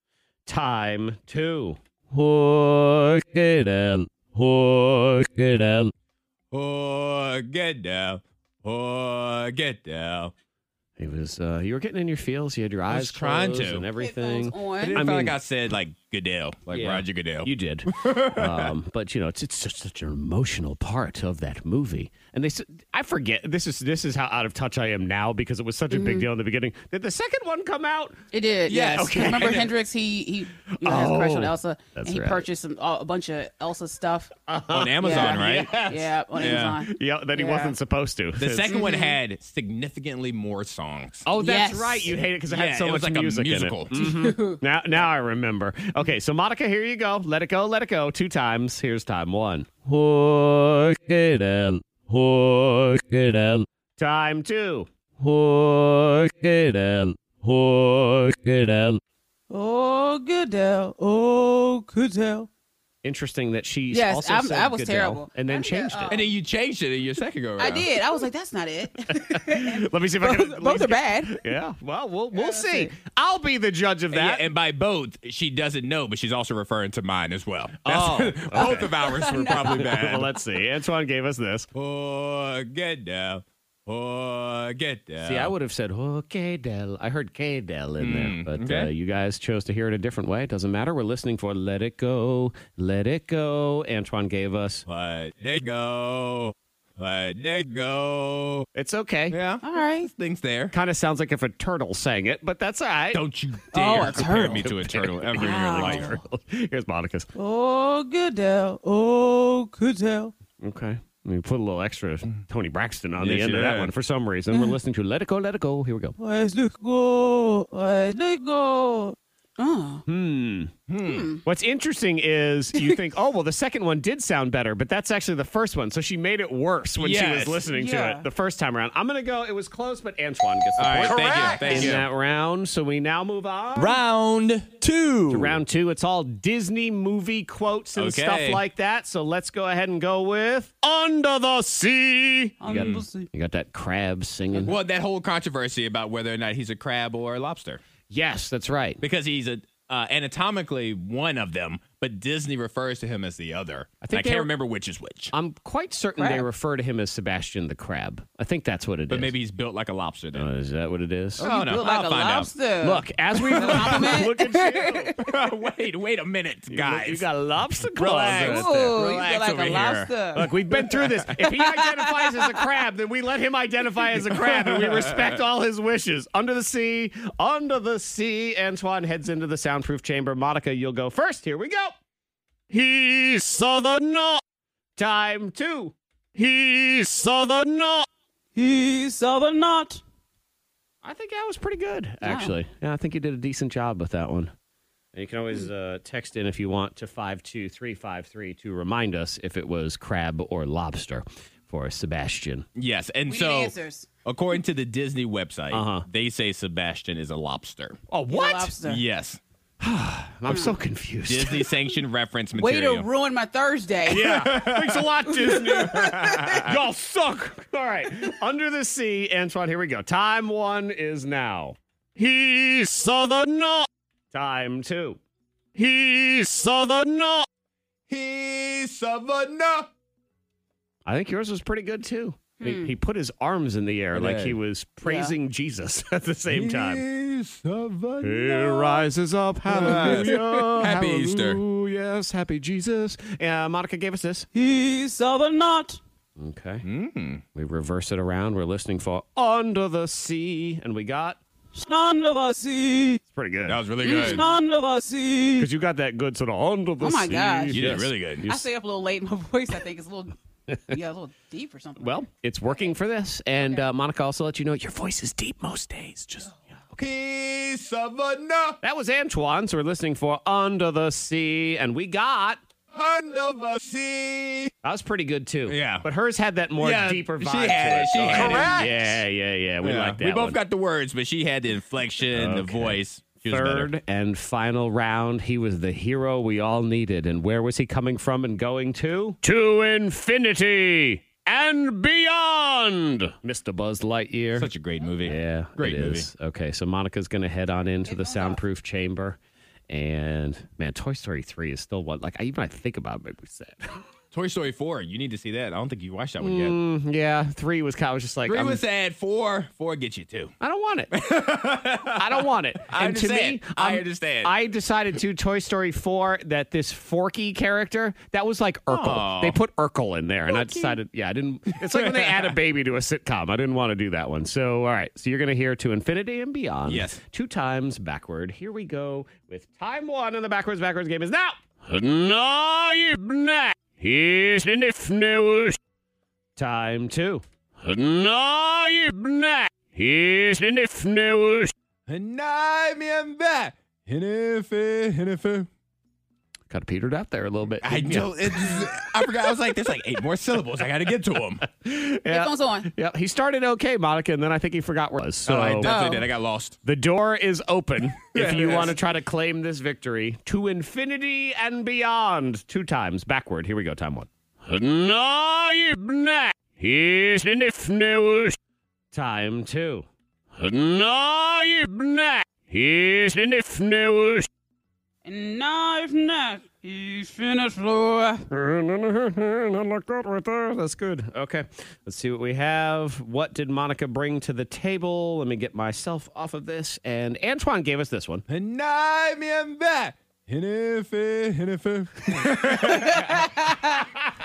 Speaker 1: time two. Hook it out. Hook it out.
Speaker 2: Oh, get down. Oh, get down.
Speaker 1: It was uh, you were getting in your feels. You had your eyes
Speaker 2: was trying
Speaker 1: closed
Speaker 2: to.
Speaker 1: and
Speaker 3: Headphones
Speaker 1: everything.
Speaker 2: I
Speaker 3: on.
Speaker 2: didn't
Speaker 1: I
Speaker 2: feel
Speaker 1: mean-
Speaker 2: like I said like Goodell, like
Speaker 1: Yeah.
Speaker 2: Roger Goodell.
Speaker 1: You did, um, but you know it's it's such, such an emotional part of that movie. And they, s- I forget this is this is how out of touch I am now because it was such a
Speaker 3: Mm-hmm.
Speaker 1: big deal in the beginning. Did the second one come out?
Speaker 3: It did.
Speaker 2: Yeah,
Speaker 3: Yes.
Speaker 1: okay.
Speaker 3: Remember Hendrix? He he you know, has a crush on
Speaker 1: Oh,
Speaker 3: Elsa, and
Speaker 1: that's
Speaker 3: he
Speaker 1: right. Uh-huh.
Speaker 3: purchased some, a bunch of Elsa stuff.
Speaker 2: on Amazon,
Speaker 3: Yeah.
Speaker 2: right?
Speaker 3: Yeah, on
Speaker 2: Yeah.
Speaker 3: Amazon.
Speaker 1: Yeah, that he
Speaker 3: Yeah.
Speaker 1: wasn't supposed to.
Speaker 2: The 2nd one had significantly more songs.
Speaker 1: Oh, that's
Speaker 3: Yes.
Speaker 1: right. You hate it because it had
Speaker 2: Yeah,
Speaker 1: so
Speaker 2: it
Speaker 1: much
Speaker 2: was like a
Speaker 1: music
Speaker 2: musical. Mm-hmm.
Speaker 1: in it. Mhm. now, now I remember. Okay, so Monica, here you go. Let it go, let it go. Two times. Here's time one. Hook it out. Hook it out. Time two. Hook it out. Hook it out.
Speaker 3: Oh, Goodell. Oh, Goodell.
Speaker 1: Interesting that she
Speaker 3: Yes,
Speaker 1: also
Speaker 3: I'm-
Speaker 1: said
Speaker 3: I was
Speaker 1: Goodell
Speaker 3: terrible.
Speaker 1: and then changed it.
Speaker 2: And then you changed it in your second go around.
Speaker 3: I did. I was like, that's not it.
Speaker 1: Let me see if I
Speaker 3: both,
Speaker 1: can.
Speaker 3: both are bad.
Speaker 1: Yeah. Well, we'll we'll
Speaker 3: that's
Speaker 1: see.
Speaker 3: it.
Speaker 1: I'll be the judge of that.
Speaker 2: Yeah, and by both, she doesn't know, but she's also referring to mine as well.
Speaker 1: Oh,
Speaker 2: both of ours were probably bad.
Speaker 1: well, let's see. Antoine gave us this.
Speaker 2: oh, get down. Oh, get down.
Speaker 1: See, I would have said, oh, K-Del. I heard K-Del in there, but uh,
Speaker 2: Hmm, okay.
Speaker 1: you guys chose to hear it a different way. It doesn't matter. We're listening for Let It Go, Let It Go. Antoine gave us.
Speaker 2: Let it go. Let it go.
Speaker 1: It's okay.
Speaker 2: Yeah.
Speaker 3: All right.
Speaker 2: Things there.
Speaker 1: Kind of sounds like if a turtle sang it, but that's all right.
Speaker 2: Don't you
Speaker 3: Oh,
Speaker 2: dare
Speaker 3: a
Speaker 2: compare
Speaker 3: turtle.
Speaker 2: me to a turtle ever in your
Speaker 3: Wow.
Speaker 2: life.
Speaker 1: Here's Monica's.
Speaker 3: Oh, Goodell. Oh, Goodell.
Speaker 1: Okay. We put a little extra Tony Braxton on the
Speaker 2: Yes,
Speaker 1: end
Speaker 2: you
Speaker 1: of that
Speaker 2: did.
Speaker 1: one for some reason. We're listening to Let It Go, Let It Go. Here we go.
Speaker 3: Let's go. Let's go. Oh,
Speaker 1: Hmm. What's interesting is you think, oh, well, the second one did sound better, but that's actually the first one. So she made it worse when she was
Speaker 2: Yes.
Speaker 1: listening to
Speaker 3: Yeah.
Speaker 1: it the first time around. I'm going to go, it was close, but Antoine gets the
Speaker 2: All right,
Speaker 1: point
Speaker 2: thank you. Thank
Speaker 1: in
Speaker 2: you.
Speaker 1: that round. So we now move on.
Speaker 6: Round two.
Speaker 1: Round two, it's all Disney movie quotes and
Speaker 2: Okay.
Speaker 1: stuff like that. So let's go ahead and go with Under the Sea.
Speaker 3: I'm gonna see.
Speaker 1: Mm. You got that crab singing.
Speaker 2: Well, that whole controversy about whether or not he's a crab or a lobster.
Speaker 1: Yes, that's right.
Speaker 2: because he's a uh, anatomically one of them, but Disney refers to him as the other. I
Speaker 1: think
Speaker 2: think I
Speaker 1: they
Speaker 2: can't
Speaker 1: were-
Speaker 2: remember which is which.
Speaker 1: I'm quite certain they
Speaker 3: Crab.
Speaker 1: refer to him as Sebastian the Crab. I think that's what it is.
Speaker 2: But maybe he's built like a lobster. Then.
Speaker 1: Uh, is that what it is?
Speaker 2: I don't know.
Speaker 3: Look Oh, like
Speaker 2: Oh, I'll
Speaker 3: a
Speaker 2: find out.
Speaker 3: lobster.
Speaker 1: Look, as we
Speaker 3: compliment?
Speaker 1: look at you,
Speaker 2: wait, wait a minute, guys.
Speaker 1: You got lobster claws.
Speaker 2: relax.
Speaker 1: on it.
Speaker 3: Ooh,
Speaker 2: Relax
Speaker 3: you feel like
Speaker 2: over
Speaker 3: a
Speaker 2: here.
Speaker 3: lobster.
Speaker 1: Look, we've been through this. If he identifies as a crab, then we let him identify as a crab, and we respect all his wishes. Under the sea, under the sea. Antoine heads into the soundproof chamber. Monica, you'll go first. Here we go. He saw the knot. Time two. He saw the knot.
Speaker 3: he saw the knot.
Speaker 1: I think that was pretty good, actually. Yeah, I think you did a decent job with that one. And you can always uh, text in if you want to 52353 to remind us if it was crab or lobster for Sebastian.
Speaker 2: yes, and
Speaker 3: We
Speaker 2: so
Speaker 3: need answers.
Speaker 2: according to the Disney website,
Speaker 1: Uh-huh.
Speaker 2: they say Sebastian is a lobster.
Speaker 1: Oh,
Speaker 3: A lobster.
Speaker 2: Yes,
Speaker 1: I'm so confused.
Speaker 2: Disney sanctioned reference
Speaker 3: Way
Speaker 2: material.
Speaker 3: to ruin my Thursday.
Speaker 1: Yeah. Thanks a lot, Disney. Y'all suck. All right. Under the sea, Antoine, here we go. Time one is now. He saw the knot. Time two. He saw the knot.
Speaker 2: He's Savannah.
Speaker 1: I think yours was pretty good, too. He, he put his arms in the air like
Speaker 2: did.
Speaker 1: he was praising Jesus at the same time.
Speaker 2: He's Savannah.
Speaker 1: rises up,
Speaker 2: hallelujah, Happy Easter.
Speaker 1: Yes, happy Jesus. Uh, Monica gave us this.
Speaker 3: He saw the knot.
Speaker 1: Okay.
Speaker 2: Mm.
Speaker 1: We reverse it around. We're listening for Under the Sea, and we got.
Speaker 3: Under the sea.
Speaker 1: It's pretty good.
Speaker 2: That was really good.
Speaker 3: Under the sea.
Speaker 1: Because you got that good sort of Under the
Speaker 3: Oh my gosh.
Speaker 2: You did really good.
Speaker 3: I stay up a little late. My voice, I think, is a little, yeah, a little deep or something.
Speaker 1: Well, it's working for this. And uh, Monica also let you know your voice is deep most days. Just.
Speaker 2: He's Savannah
Speaker 1: That was Antoine, so we're listening for Under the Sea, and we got.
Speaker 2: under the sea.
Speaker 1: That was pretty good too.
Speaker 2: Yeah.
Speaker 1: But hers had that more
Speaker 2: Yeah,
Speaker 1: deeper
Speaker 2: she
Speaker 1: vibe.
Speaker 2: had
Speaker 1: to it,
Speaker 2: it. She
Speaker 1: so I
Speaker 2: had it.
Speaker 1: didn't- Yeah, yeah, yeah. We
Speaker 2: Yeah.
Speaker 1: like that.
Speaker 2: we both
Speaker 1: one.
Speaker 2: got the words, but she had the inflection, the voice. She was better.
Speaker 1: Third and final round. He was the hero we all needed. And where was he coming from and going to? To infinity and beyond, Mr. Buzz Lightyear.
Speaker 2: Such a great movie.
Speaker 1: yeah,
Speaker 2: great
Speaker 1: it
Speaker 2: movie.
Speaker 1: is. Okay, so Monica's going to head on into the soundproof chamber. And man, Toy Story 3 is still one. Like, I even I think about maybe set.
Speaker 2: Toy Story 4, you need to see that. I don't think you watched that one yet.
Speaker 1: Mm, yeah, 3 was kind of I was just like,
Speaker 2: Mm. Three
Speaker 1: I'm-
Speaker 2: was sad. Four, four gets you two.
Speaker 1: I don't want it. I don't want it.
Speaker 2: I
Speaker 1: and to me,
Speaker 2: understand. I
Speaker 1: I'm-
Speaker 2: understand.
Speaker 1: I decided to Toy Story 4 that this Forky character, that was like Urkel.
Speaker 2: Aw.
Speaker 1: They put Urkel in there, and I decided, yeah, I didn't. It's like when they add a baby to a sitcom. I didn't want to do that one. So, all right. So you're going to hear To Infinity and Beyond.
Speaker 2: Yes.
Speaker 1: Two times backward. Here we go with time one, and the backwards, backwards game is now. Here's the Niff News. Time two. Here's the Niff News.
Speaker 2: And I'm in that. Hennefee, hennefee.
Speaker 1: Kind of petered out there a little bit.
Speaker 2: I
Speaker 1: didn't
Speaker 2: don't. It's, I forgot. I was like, there's like eight more syllables. I got to get to them.
Speaker 1: ya? Yeah.
Speaker 3: Headphones on.
Speaker 1: Yeah, he started okay, Monica, and then I think he forgot where it was. So
Speaker 2: I definitely
Speaker 3: Oh.
Speaker 2: did. I got lost.
Speaker 1: the door is open if you
Speaker 2: Yes.
Speaker 1: want to try to claim this victory to infinity and beyond. Two times backward. Here we go. Time one. Here's the Niff News. Time two. Here's the Niff News.
Speaker 3: And knife neck. He finished lower.
Speaker 1: I like that right there. That's good. Okay. Let's see what we have. What did Monica bring to the table? Let me get myself off of this. And Antoine gave us this one.
Speaker 2: And I'm in that. Hennefee, hennefee.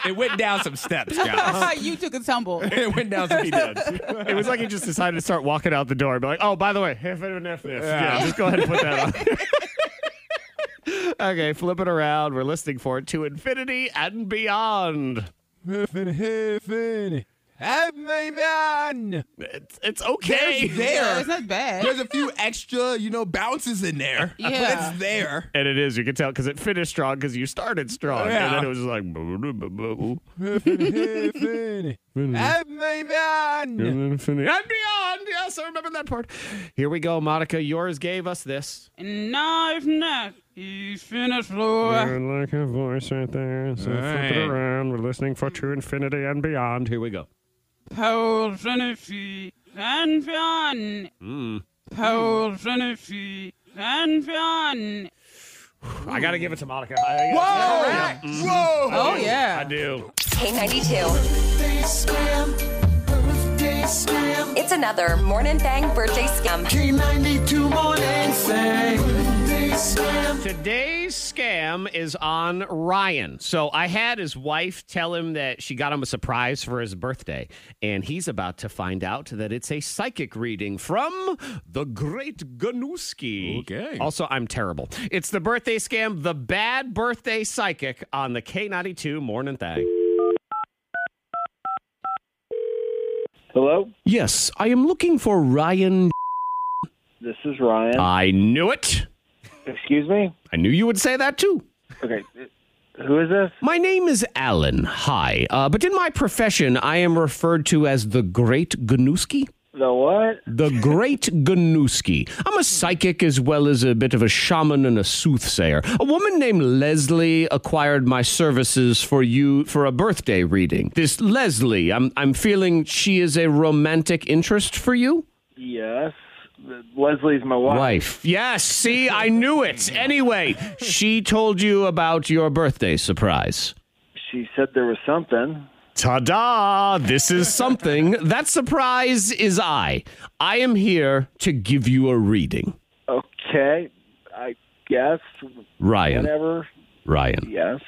Speaker 2: it went down some steps, guys.
Speaker 3: you took a tumble.
Speaker 2: It went down some steps.
Speaker 1: It was like he just decided to start walking out the door and be like, oh, by the way, if I don't have this. Yeah. just go ahead and put that on. okay, flip it around. We're listening for it to infinity and beyond.
Speaker 2: There's
Speaker 1: It's, it's okay.
Speaker 2: There's there.
Speaker 3: Yeah, it's not bad.
Speaker 2: a few extra, you know, bounces in there. But
Speaker 3: Yeah.
Speaker 2: it's there.
Speaker 1: And it is. You can tell because it finished strong because you started strong. And then it was just like, boo, boo, boo, boo.
Speaker 7: Mm-hmm.
Speaker 1: and infinity and beyond. Yes, I remember that part.
Speaker 2: Ah.
Speaker 1: Here we go, Monica. Yours gave us this.
Speaker 3: And knife neck. He finished
Speaker 2: Oh,
Speaker 3: lower.
Speaker 1: like a voice right there. So
Speaker 2: flip it Alright.
Speaker 1: around. We're listening for true infinity and beyond. Here we go.
Speaker 3: Paul Tennessee. And
Speaker 1: Hmm.
Speaker 3: Fionn. Paul Tennessee. And Fionn.
Speaker 1: I gotta give it to Monica. I,
Speaker 2: Whoa!
Speaker 1: Mm-hmm.
Speaker 2: Whoa!
Speaker 3: Oh, yeah.
Speaker 1: I do.
Speaker 5: K92. It's another Morning Thang birthday scam.
Speaker 1: Today's scam is on Ryan. So I had his wife tell him that she got him a surprise for his birthday, and he's about to find out that it's a psychic reading from the great Ganuski.
Speaker 2: Okay.
Speaker 1: Also, I'm terrible. It's the birthday scam, the bad birthday psychic on the K92 Morning Thing.
Speaker 8: Hello,
Speaker 1: Yes, I am looking for Ryan.
Speaker 8: this is Ryan.
Speaker 1: I knew it.
Speaker 8: Excuse me.
Speaker 1: I knew you would say that too.
Speaker 8: Okay, who is this?
Speaker 1: My name is Alan. Hi. Uh, but in my profession, I am referred to as the Great Gnuski.
Speaker 8: The what?
Speaker 1: The Great Gnuski. I'm a psychic as well as a bit of a shaman and a soothsayer. A woman named Leslie acquired my services for you for a birthday reading. This Leslie, I'm, I'm feeling she is a romantic interest for you?
Speaker 8: Yes, Leslie's my wife.
Speaker 1: wife. Yes, see, I knew it. Anyway, she told you about your birthday surprise.
Speaker 8: She said there was something.
Speaker 1: Ta da! This is something. that surprise is I. I am here to give you a reading.
Speaker 8: Okay, I guess.
Speaker 1: Ryan,
Speaker 8: Whatever.
Speaker 1: Ryan,
Speaker 8: Yes.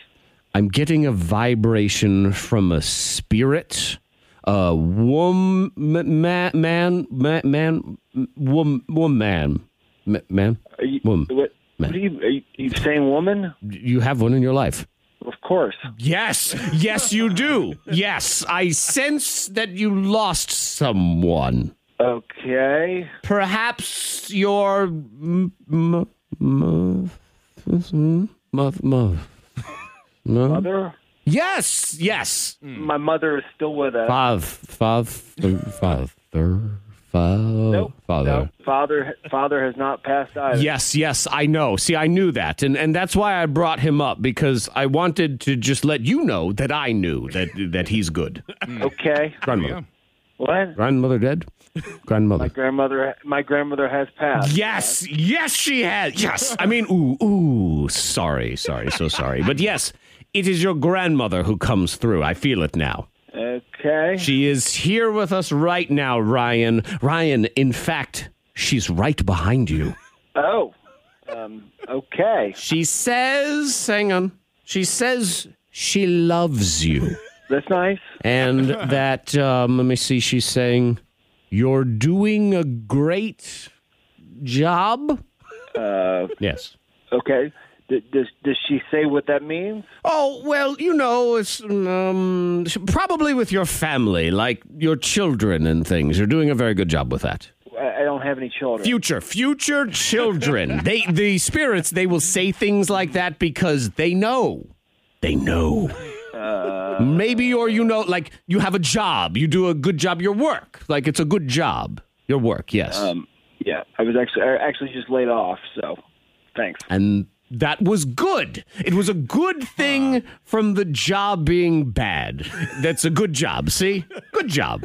Speaker 1: I'm getting a vibration from a spirit, a woman, man, man, man, man, woman, woman, man, man.
Speaker 8: Are you,
Speaker 1: Woman.
Speaker 8: What, what are you, are you, are you saying woman?
Speaker 1: You have one in your life.
Speaker 8: Of course.
Speaker 1: Yes, yes, you do. Yes, I sense that you lost someone.
Speaker 8: Okay.
Speaker 1: Perhaps your m- m- m- m- m- m-
Speaker 8: Mother?
Speaker 1: yes, yes.
Speaker 8: My mother is still with us.
Speaker 1: Fav, fav, father,
Speaker 8: Nope,
Speaker 1: fav,
Speaker 8: nope.
Speaker 1: father.
Speaker 8: Father, father has not passed either.
Speaker 1: Yes, yes, I know. See, I knew that, and and that's why I brought him up because I wanted to just let you know that I knew that that he's good.
Speaker 8: Okay.
Speaker 1: Grandmother,
Speaker 8: What?
Speaker 1: grandmother dead,
Speaker 8: My
Speaker 1: grandmother.
Speaker 8: grandmother, my grandmother has passed.
Speaker 1: Yes, yes, she has. Yes, I mean, ooh, ooh, sorry, sorry, so sorry. But yes, it is your grandmother who comes through. I feel it now.
Speaker 8: Okay.
Speaker 1: She is here with us right now, Ryan. Ryan, in fact, she's right behind you.
Speaker 8: oh. Um, okay.
Speaker 1: She says, hang on, she says she loves you.
Speaker 8: That's nice.
Speaker 1: And that, um, let me see, she's saying, you're doing a great job. Uh, yes.
Speaker 8: Okay. D- does does she say what that means?
Speaker 1: Oh, well, you know, it's um, probably with your family, like your children and things. You're doing a very good job with that.
Speaker 8: I, I don't have any children.
Speaker 1: Future, future children. they, the spirits, they will say things like that because they know. They know. Maybe, or you know, like you have a job, you do a good job, your work. Like it's a good job, your work, yes.
Speaker 8: Um. yeah, I was actually I actually just laid off, so thanks.
Speaker 1: and that was good. It was a good thing from the job being bad. That's a good job. See, good job.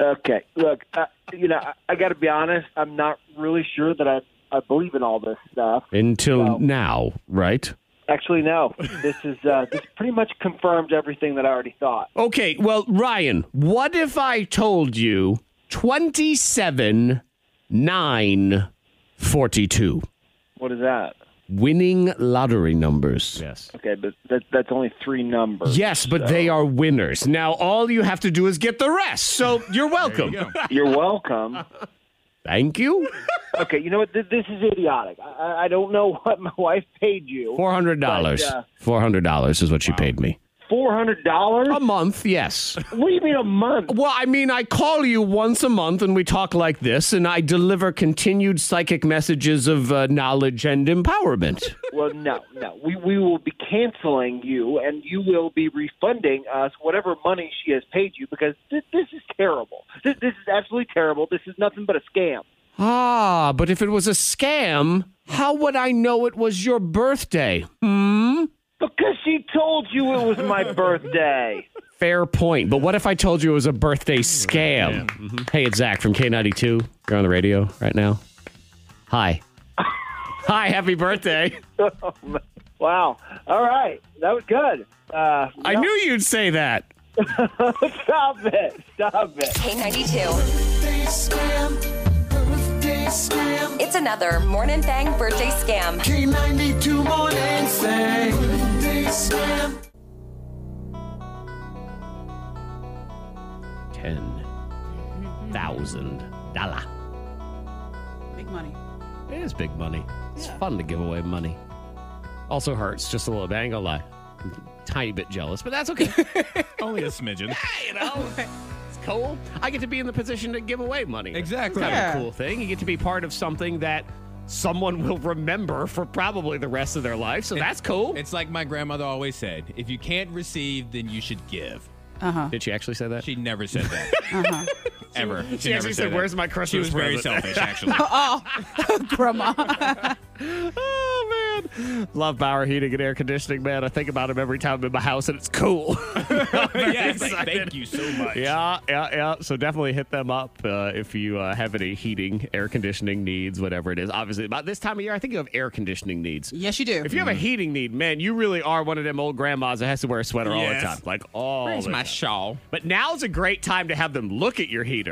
Speaker 8: Okay, look, uh, you know, I, I got to be honest. I'm not really sure that I I believe in all this stuff.
Speaker 1: Until
Speaker 8: Wow.
Speaker 1: now, right?
Speaker 8: Actually, no. This is uh, this pretty much confirmed everything that I already thought.
Speaker 1: Okay. Well, Ryan, what if I told you twenty-seven nine forty-two?
Speaker 8: What is that?
Speaker 1: Winning lottery numbers. Yes.
Speaker 8: Okay, but that, that's only three numbers.
Speaker 1: Yes, but they are winners. Now, all you have to do is get the rest. So you're welcome.
Speaker 8: You're welcome.
Speaker 1: Thank you.
Speaker 8: Okay, you know what? Th- This is idiotic. I- I, I don't know what my wife paid you.
Speaker 1: $400.
Speaker 8: But, uh,
Speaker 1: $400 is what she paid me.
Speaker 8: Four hundred dollars?
Speaker 1: A month, yes.
Speaker 8: What do you mean a month?
Speaker 1: Well, I mean, I call you once a month and we talk like this, and I deliver continued psychic messages of uh, knowledge and empowerment.
Speaker 8: Well, no, no. We we will be canceling you, and you will be refunding us whatever money she has paid you because th- this is terrible. This, this is absolutely terrible. This is nothing but a scam.
Speaker 1: ah, but if it was a scam, how would I know it was your birthday? Hmm?
Speaker 8: Because she told you it was my birthday.
Speaker 1: Fair point. But what if I told you it was a birthday scam? Hey, it's Zach from K92. You're on the radio right now. Hi. Hi, happy birthday.
Speaker 8: Wow. All right. That was good. Uh,
Speaker 1: I knew you'd say that.
Speaker 8: stop it. Stop it.
Speaker 5: K92. It's another Morning Thang birthday scam.
Speaker 1: Ten thousand dollar.
Speaker 3: Big money.
Speaker 1: It is big money. It's fun to give away money. Also hurts just a little bit. I ain't gonna lie. I'm a tiny bit jealous, but that's okay.
Speaker 2: Only a smidgen.
Speaker 1: you know,
Speaker 3: Oh.
Speaker 1: it's cool. I get to be in the position to give away money.
Speaker 2: Exactly.
Speaker 1: It's kind
Speaker 3: Yeah.
Speaker 1: of a cool thing. You get to be part of something that someone will remember for probably the rest of their life. So that's cool.
Speaker 2: It's like my grandmother always said if you can't receive, then you should give.
Speaker 3: Uh-huh.
Speaker 1: Did she actually say that?
Speaker 2: She never said that. Ever. She,
Speaker 1: She
Speaker 2: never
Speaker 1: actually said, "Where's my Christmas
Speaker 2: She was very
Speaker 1: present?"
Speaker 2: selfish, actually.
Speaker 3: Oh, Grandma.
Speaker 1: Oh man, love Bauer heating and air conditioning, man. I think about him every time I'm in my house, and it's cool.
Speaker 2: yeah, it's like,
Speaker 1: excited.
Speaker 2: thank you so much.
Speaker 1: yeah, yeah, yeah. So definitely hit them up uh, if you uh, have any heating, air conditioning needs, whatever it is. Obviously, about this time of year, I think you have air conditioning needs.
Speaker 3: yes, you do.
Speaker 1: If you have a heating need, man, you really are one of them old grandmas that has to wear a sweater all the
Speaker 2: Yes.
Speaker 1: time, like all.
Speaker 2: Where's
Speaker 1: the
Speaker 2: my
Speaker 1: time.
Speaker 2: shawl?
Speaker 1: But now's a great time to have them look at your heater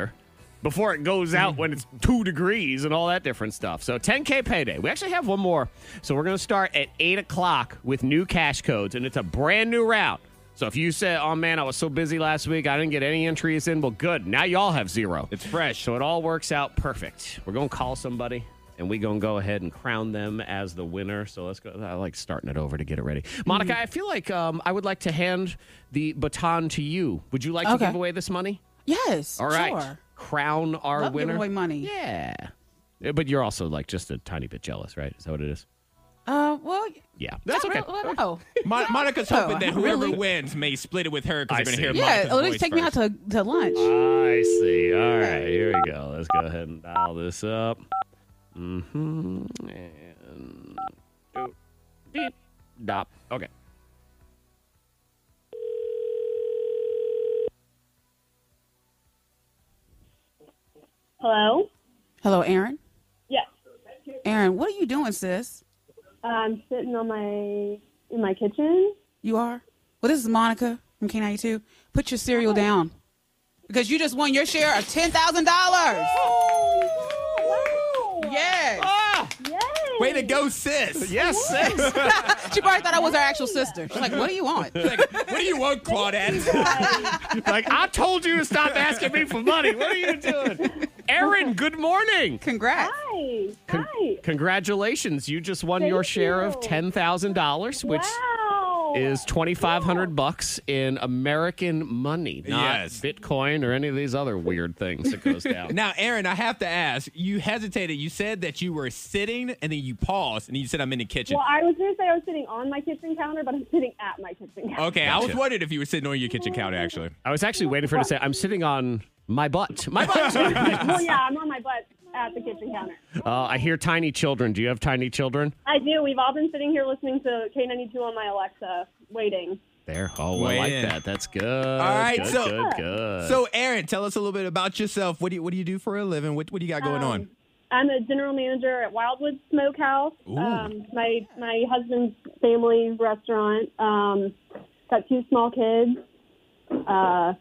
Speaker 1: before it goes
Speaker 2: Mm.
Speaker 1: out when it's two degrees and all that different stuff. So 10K payday. We actually have one more. So we're going to start at 8 o'clock with new cash codes, and it's a brand new route. So if you said, oh man, I was so busy last week, I didn't get any entries in, well, good. Now y'all have zero.
Speaker 2: It's fresh.
Speaker 1: So it all works out perfect. We're going to call somebody. And we're going to go ahead and crown them as the winner. So let's go. I like starting it over to get it ready.
Speaker 3: Mm.
Speaker 1: Monica, I feel like um, I would like to hand the baton to you. Would you like to
Speaker 3: Okay.
Speaker 1: give away this money?
Speaker 3: yes.
Speaker 1: All right.
Speaker 3: Sure.
Speaker 1: Crown our
Speaker 3: Love giving
Speaker 1: winner.
Speaker 3: away money.
Speaker 1: Yeah. Yeah, But you're also like just a tiny bit jealous, right? Is that what it is?
Speaker 3: Uh, well,
Speaker 1: Yeah. That's
Speaker 3: not
Speaker 1: okay.
Speaker 3: real- well, no.
Speaker 2: Mon- Monica's hoping
Speaker 3: Oh,
Speaker 2: that whoever
Speaker 3: really?
Speaker 2: wins may split it with her because
Speaker 1: I
Speaker 2: you're going
Speaker 1: see.
Speaker 2: to hear
Speaker 3: Yeah, oh,
Speaker 2: Monica's
Speaker 3: at least
Speaker 2: voice
Speaker 3: take me out
Speaker 2: first.
Speaker 3: to, to lunch.
Speaker 1: I see. All right, here we go. Let's go ahead and dial this up. Mm-hmm. And oh, beep, dop. Okay.
Speaker 9: Hello?
Speaker 3: Hello, Aaron.
Speaker 9: Yes.
Speaker 3: Aaron, what are you doing, sis?
Speaker 9: I'm sitting on my in my kitchen.
Speaker 3: You are? Well, this is Monica from K92. Put your cereal down because you just won your share of $10,000. Yes.
Speaker 1: Ah,
Speaker 2: Way to go, sis.
Speaker 1: yes, sis.
Speaker 3: She probably thought I was her actual sister. She's like, what do you want?
Speaker 2: What do you want, Claudette?
Speaker 1: like I told you to stop asking me for money. What are you doing, Aaron? Good morning.
Speaker 3: Congrats.
Speaker 9: Hi.
Speaker 1: Con-
Speaker 9: Hi.
Speaker 1: Congratulations, you just won your
Speaker 9: Thank
Speaker 1: share
Speaker 9: you.
Speaker 1: of ten thousand dollars, which.
Speaker 9: Wow.
Speaker 1: is 2500 bucks in American money, not
Speaker 2: Yes.
Speaker 1: Bitcoin or any of these other weird things that goes down.
Speaker 2: now, Aaron, I have to ask. You hesitated. You said that you were sitting and then you paused and you said, I'm in the kitchen.
Speaker 9: Well, I was going to say I was sitting on my kitchen counter, but I'm sitting at my kitchen counter.
Speaker 2: okay, I was wondering if you were sitting on your kitchen counter, actually.
Speaker 1: I was actually waiting for her to say, I'm sitting on my butt. My butt.
Speaker 9: Well, yeah, I'm on my butt at the kitchen counter.
Speaker 1: uh, I hear tiny children. Do you have tiny children?
Speaker 9: I do. We've all been sitting here listening to K92 on my Alexa, waiting.
Speaker 1: There. Oh, I like
Speaker 2: Waiting.
Speaker 1: that. That's good.
Speaker 2: All right,
Speaker 1: good,
Speaker 2: so-
Speaker 1: good, good.
Speaker 2: So, Aaron, tell us a little bit about yourself. What do you, what do, you do for a living? What, what do you got going on?
Speaker 9: I'm a general manager at Wildwood Smokehouse. Um, my my husband's family restaurant. Um, got two small kids. Uh,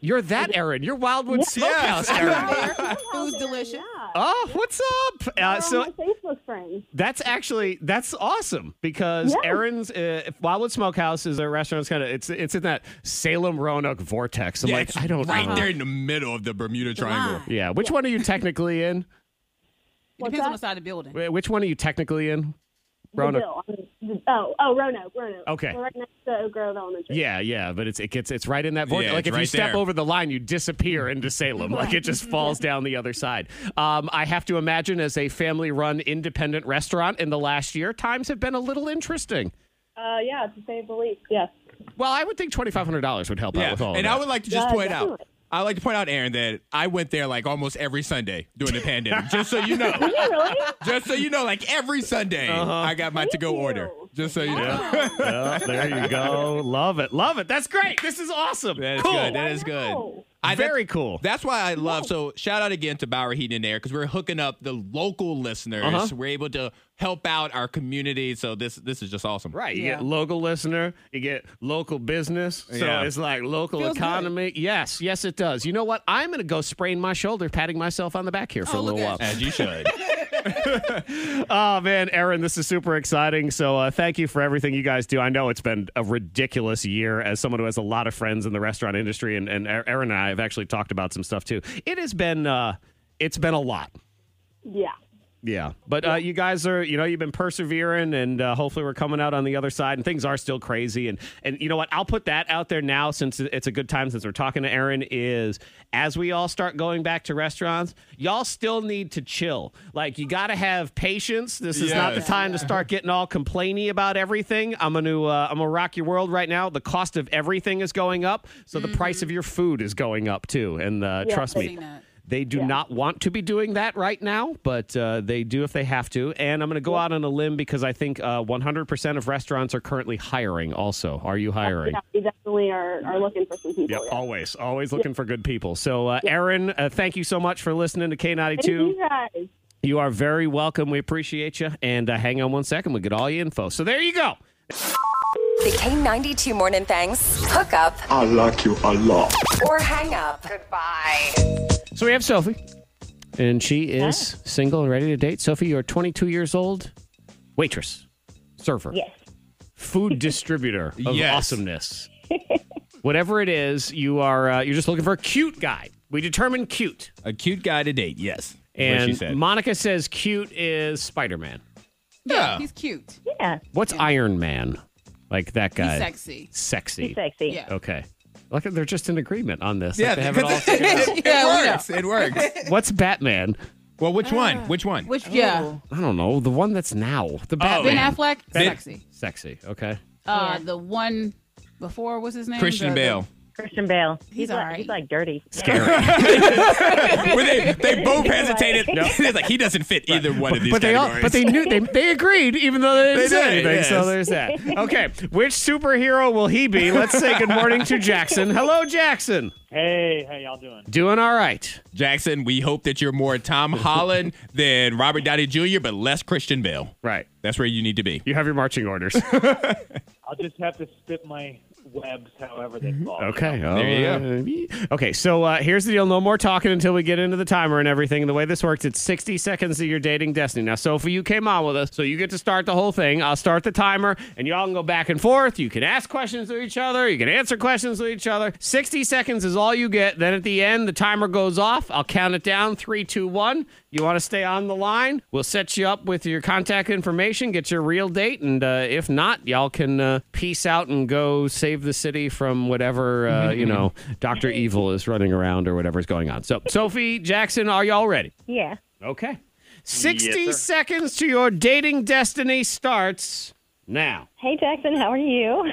Speaker 1: You're that Aaron. You're Wildwood Smokehouse, Aaron.
Speaker 3: Food's delicious.
Speaker 1: Oh, what's up? Uh,
Speaker 9: so,
Speaker 1: so
Speaker 9: my Facebook friends.
Speaker 1: That's actually that's awesome because
Speaker 9: Yeah.
Speaker 1: Aaron's uh, Wildwood Smokehouse is a restaurant. It's kind of it's it's in that Salem Roanoke vortex. I'm
Speaker 2: Yeah,
Speaker 1: like
Speaker 2: it's
Speaker 1: I don't
Speaker 2: right
Speaker 1: know.
Speaker 2: there in the middle of the Bermuda Triangle.
Speaker 3: line.
Speaker 1: Yeah, which one are you technically in?
Speaker 3: It depends on the side of the building.
Speaker 1: Wh- Which one are you technically in? Roanoke.
Speaker 9: Brazil. I mean, oh, oh, Roanoke, Roanoke.
Speaker 1: Okay.
Speaker 9: We're right next to Oak Grove Elementary.
Speaker 1: Yeah, yeah, but it's it gets it's right in that vortex.
Speaker 2: Yeah,
Speaker 1: like
Speaker 2: it's
Speaker 1: if you
Speaker 2: right
Speaker 1: step
Speaker 2: there.
Speaker 1: over the line, you disappear into Salem. Like it just falls down the other side. Um, I have to imagine as a family-run independent restaurant in the last year, times have been a little interesting.
Speaker 9: Uh, yeah, to say the least. Yes.
Speaker 1: Well, I would think twenty five hundred dollars would help out
Speaker 2: Yeah,
Speaker 1: with all. of
Speaker 2: and
Speaker 1: that.
Speaker 2: I would like to just
Speaker 9: Yeah,
Speaker 2: point out,
Speaker 9: definitely.
Speaker 2: I would like to point out, Aaron, that I went there like almost every Sunday during the pandemic. Just so you know,
Speaker 9: Really?
Speaker 1: Uh-huh.
Speaker 2: just so you know, like every Sunday, I got my to go
Speaker 9: Thank
Speaker 2: order.
Speaker 9: you.
Speaker 2: Just so you know.
Speaker 1: Well, there you go. Love it. Love it. That's great. This is awesome.
Speaker 2: That is
Speaker 1: cool.
Speaker 2: good. That is good.
Speaker 9: know.
Speaker 2: I-
Speaker 1: Very cool.
Speaker 2: That's why I love. So shout out again to Bauer Heating and Air because we're hooking up the local listeners.
Speaker 1: Uh-huh.
Speaker 2: We're able to help out our community. So this this is just awesome.
Speaker 1: Right. You
Speaker 3: Yeah.
Speaker 1: get local listener, you get local business. So
Speaker 2: Yeah.
Speaker 1: it's like local
Speaker 3: Feels good.
Speaker 1: economy. Yes, yes, it does. You know what? I'm going to go sprain my shoulder, patting myself on the back here for
Speaker 3: Oh,
Speaker 1: a
Speaker 3: look
Speaker 1: little while.
Speaker 3: at
Speaker 2: As you should.
Speaker 1: Oh, man, Aaron, this is super exciting. So uh, thank you for everything you guys do. I know it's been a ridiculous year as someone who has a lot of friends in the restaurant industry. And, and Aaron and I have actually talked about some stuff too. It has been, uh, it's been a lot.
Speaker 9: Yeah.
Speaker 1: Yeah, but Uh, you guys are, you know, you've been persevering, and uh, hopefully we're coming out on the other side. And things are still crazy, and and you know what? I'll put that out there now since it's a good time since we're talking to Aaron. Is as we all start going back to restaurants, y'all still need to chill. Like you got to have patience. This is not the
Speaker 2: Yes.
Speaker 1: time to start getting all complainy about everything. I'm gonna uh, I'm gonna rock your world right now. The cost of everything is going up, so the price of your food is going up too. And uh, trust me.
Speaker 3: Seen that.
Speaker 1: They do not want to be doing that right now, but uh, they do if they have to. And I'm going to go out on a limb because I think uh, 100% of restaurants are currently hiring. Also, are you hiring?
Speaker 9: Yeah, we definitely are, are looking for some people.
Speaker 1: Yep,
Speaker 9: yeah.
Speaker 1: always, always looking for good people. So, uh, Aaron, uh, thank you so much for listening to
Speaker 9: Thank you
Speaker 1: K92.
Speaker 9: guys.
Speaker 1: You are very welcome. We appreciate you. And uh, hang on one second, we get all your info. So there you go.
Speaker 5: The K92 Morning Thangs. Hook up
Speaker 10: I like you a lot.
Speaker 5: or hang up. Goodbye.
Speaker 1: So we have Sophie, and she is single and ready to date. Sophie, you're 22 years old, waitress, server,
Speaker 9: Yes.
Speaker 1: food distributor of
Speaker 2: Yes.
Speaker 1: awesomeness. Whatever it is, you are uh, you're just looking for a cute guy. We determine cute,
Speaker 2: a cute guy to date. Yes. That's what she
Speaker 1: and
Speaker 2: said.
Speaker 1: Monica says cute is Spider Man.
Speaker 2: yeah.
Speaker 3: He's cute.
Speaker 9: Yeah.
Speaker 1: What's Iron Man? Like that guy?
Speaker 3: He's sexy.
Speaker 1: Sexy.
Speaker 9: Sexy.
Speaker 3: Yeah.
Speaker 1: Okay. Look, they're just in agreement on this. Like,
Speaker 2: Yeah,
Speaker 1: they have it all
Speaker 2: because-
Speaker 1: figured out.
Speaker 2: It
Speaker 3: Yeah, we know.
Speaker 2: works. It works.
Speaker 1: What's Batman? Oh.
Speaker 2: Well, which one? Which one?
Speaker 3: Ah.
Speaker 2: Oh,
Speaker 3: Which yeah.
Speaker 1: I don't know. The one that's now the Batman.
Speaker 3: Ben Affleck,
Speaker 2: Ben-
Speaker 3: sexy.
Speaker 1: Sexy. Okay.
Speaker 3: Uh, the one before was his name
Speaker 2: Christian
Speaker 3: The-
Speaker 2: Bale.
Speaker 9: Christian Bale. He's,
Speaker 3: all right.
Speaker 9: dirty.
Speaker 2: Where they, they both hesitated. It's like he doesn't fit either one of these
Speaker 1: but they all,
Speaker 2: categories.
Speaker 1: but they knew they, they agreed even though they didn't
Speaker 2: They
Speaker 1: say
Speaker 2: did,
Speaker 1: anything. So
Speaker 2: yes.
Speaker 1: there's that. Okay, which superhero will he be? Let's say good morning to Jackson. Hello, Jackson.
Speaker 10: Hey, how y'all doing?
Speaker 1: Doing all right.
Speaker 2: Jackson, we hope that you're more Tom Holland than Robert Downey Jr., but less Christian Bale.
Speaker 1: Right.
Speaker 2: That's where you need to be.
Speaker 1: You have your marching orders.
Speaker 10: I'll just have to spit my webs however they
Speaker 1: Mm-hmm.
Speaker 10: fall.
Speaker 1: Okay.
Speaker 2: There
Speaker 1: you go. Okay, so uh, here's the deal. No more talking until we get into the timer and everything. The way this works, it's 60 seconds of your dating destiny. Now, Sophie, you came on with us, so you get to start the whole thing. I'll start the timer, and y'all can go back and forth. You can ask questions to each other. You can answer questions to each other. 60 seconds is all you get. Then at the end, the timer goes off. I'll count it down. Three, two, one. You want to stay on the line? We'll set you up with your contact information, get your real date, and uh, if not, y'all can uh, peace out and go save the city from whatever uh, you know Doctor Evil is running around or whatever is going on. So, Sophie Jackson, are y'all ready?
Speaker 9: Yeah.
Speaker 1: Okay. Sixty
Speaker 10: Yes,
Speaker 1: seconds to your dating destiny starts now.
Speaker 9: Hey, Jackson, how are you? Um,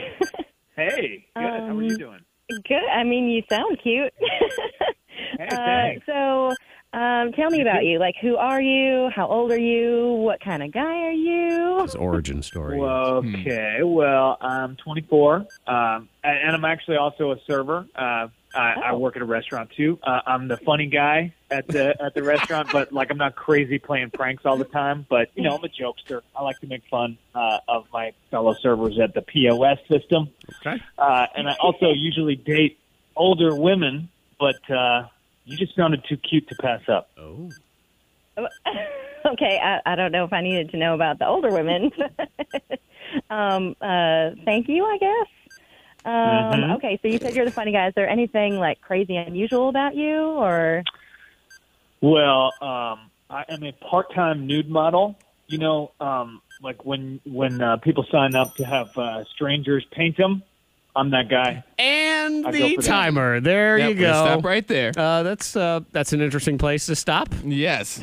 Speaker 10: Hey, good. how are you doing?
Speaker 9: Good. I mean, you sound cute.
Speaker 10: Hey,
Speaker 9: uh,
Speaker 10: thanks.
Speaker 9: so, um, tell me about you. Like, who are you? How old are you? What kind of guy are you?
Speaker 1: His origin story. Hmm.
Speaker 10: Well, okay. Well, I'm 24, um, and, and I'm actually also a server. Uh, I,
Speaker 1: Oh.
Speaker 10: I work at a restaurant too. Uh, I'm the funny guy at the at the restaurant, but like I'm not crazy playing pranks all the time. But you know, I'm a jokester. I like to make fun uh, of my fellow servers at the POS system.
Speaker 1: Okay.
Speaker 10: Uh, and I also usually date older women, but uh, you just sounded too cute to pass up.
Speaker 1: Oh.
Speaker 9: Okay, I, I don't know if I needed to know about the older women. um, uh, thank you, I guess. Um,
Speaker 10: Mhm.
Speaker 9: Okay, so you said you're the funny guy. Is there anything like crazy unusual about you, or
Speaker 10: Well, um, I am a part-time nude model. You know, um, like when when uh, people sign up to have uh, strangers paint them, I'm that guy.
Speaker 1: And
Speaker 10: I go
Speaker 1: the
Speaker 10: for that.
Speaker 1: timer. There
Speaker 2: Yep,
Speaker 1: you
Speaker 2: we'll
Speaker 1: go.
Speaker 2: Stop right there.
Speaker 1: Uh, that's uh, that's an interesting place to stop.
Speaker 2: yes.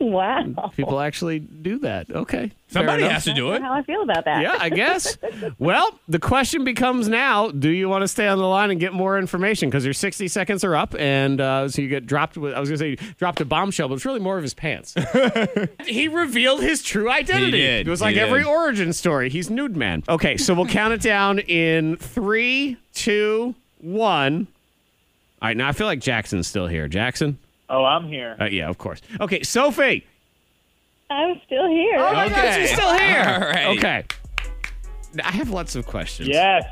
Speaker 11: Wow.
Speaker 1: People actually do that. Okay. Fair
Speaker 2: Somebody
Speaker 1: enough.
Speaker 2: has to
Speaker 11: I
Speaker 2: do it.
Speaker 11: don't know how I feel about that.
Speaker 1: Yeah, I guess. well, the question becomes now do you want to stay on the line and get more information? Because your 60 seconds are up. And uh, so you get dropped with, I was going to say, you dropped a bombshell, but it's really more of his pants. he revealed his true identity.
Speaker 2: did.
Speaker 1: It was
Speaker 2: He
Speaker 1: like every
Speaker 2: did.
Speaker 1: origin story. He's Nude Man. Okay, so we'll count it down in three, two, one. All right, now I feel like Jackson's still here. Jackson?
Speaker 10: Oh, I'm here.
Speaker 1: Uh, yeah, of course. Okay, Sophie.
Speaker 9: I'm still here.
Speaker 1: Oh my God, she's still here.
Speaker 2: All right.
Speaker 1: Okay. I have lots of questions.
Speaker 10: Yes.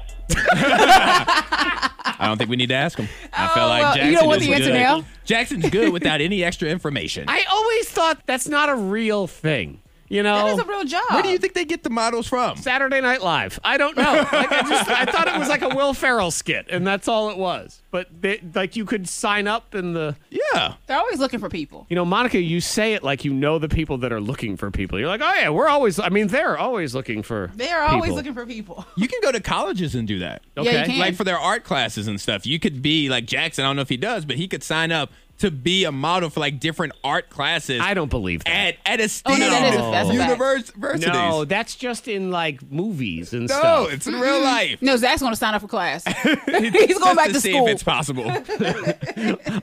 Speaker 2: I don't think we need to ask him. I
Speaker 3: Oh,
Speaker 2: feel like
Speaker 3: well,
Speaker 2: Jackson
Speaker 3: you don't want
Speaker 2: is
Speaker 3: the answer
Speaker 2: good.
Speaker 3: now?
Speaker 2: Jackson's good without any extra information.
Speaker 1: I always thought that's not a real thing. You know,
Speaker 3: That is a real job.
Speaker 2: Where do you think they get the models from?
Speaker 1: Saturday Night Live. I don't know. Like, I just I thought it was like a Will Ferrell skit, and that's all it was. But they, like you could sign up in the.
Speaker 2: Yeah.
Speaker 3: They're always looking for people.
Speaker 1: You know, Monica, you say it like you know the people that are looking for people. You're like, oh yeah, we're always. I mean, they're always looking for.
Speaker 3: They are always
Speaker 1: people.
Speaker 3: looking for people.
Speaker 2: You can go to colleges and do that.
Speaker 1: Okay.
Speaker 3: Yeah, you can.
Speaker 2: Like for their art classes and stuff. You could be like Jackson, I don't know if he does, but he could sign up to be a model for like different art classes
Speaker 1: I don't believe that.
Speaker 2: at at a
Speaker 3: Oh,
Speaker 2: state
Speaker 3: no, that is a- that's a fact.
Speaker 2: university.
Speaker 1: no, that's just in like movies and
Speaker 2: no,
Speaker 1: stuff.
Speaker 2: it's in real life.
Speaker 3: No, Zach's going to sign up for class. He's going
Speaker 2: Just
Speaker 3: back
Speaker 2: to,
Speaker 3: to,
Speaker 2: see
Speaker 3: school.
Speaker 2: if it's possible.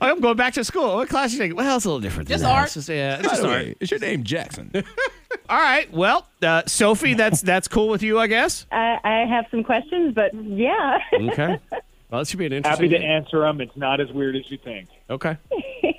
Speaker 1: I'm going back to school. What class you taking? Well, it's a little different.
Speaker 3: Just
Speaker 1: than that.
Speaker 3: art.
Speaker 1: It's just, yeah, it's
Speaker 2: By
Speaker 1: just
Speaker 2: the
Speaker 1: art.
Speaker 2: way, is your name Jackson?
Speaker 1: All right. Well, uh, Sophie, that's that's cool with you, I guess.
Speaker 11: I, I have some questions, but yeah.
Speaker 1: Okay. Well, it should be an interesting.
Speaker 10: Happy to
Speaker 1: game.
Speaker 10: answer them. It's not as weird as you think.
Speaker 1: Okay.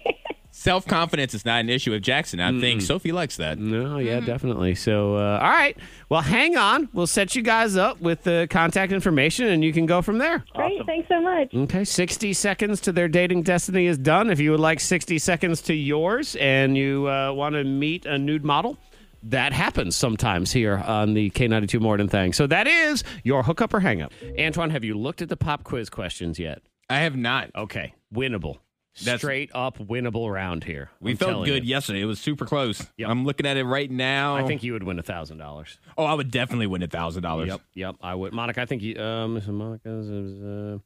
Speaker 2: Self confidence is not an issue with Jackson. I think Sophie likes that.
Speaker 1: No, Oh, yeah,
Speaker 11: Mm-hmm.
Speaker 1: definitely. So, uh, all right. Well, hang on. We'll set you guys up with the contact information, and you can go from there.
Speaker 11: Great. Thanks so much.
Speaker 1: Okay. Sixty seconds to their dating destiny is done. If you would like sixty seconds to yours, and you uh, want to meet a nude model. That happens sometimes here on the K92 Morning Thing. So that is your hookup or hangup. Antoine, have you looked at the pop quiz questions yet?
Speaker 2: I have not.
Speaker 1: Okay, winnable.
Speaker 2: That's-
Speaker 1: Straight up winnable round here.
Speaker 2: We
Speaker 1: I'm
Speaker 2: felt
Speaker 1: telling
Speaker 2: good
Speaker 1: you.
Speaker 2: yesterday. It was super close. I'm looking at it right now.
Speaker 1: I think you would win a thousand dollars.
Speaker 2: Oh, I would definitely win a thousand dollars.
Speaker 1: Yep, yep. I would, Monica. I think you, um, so Monica's. Uh,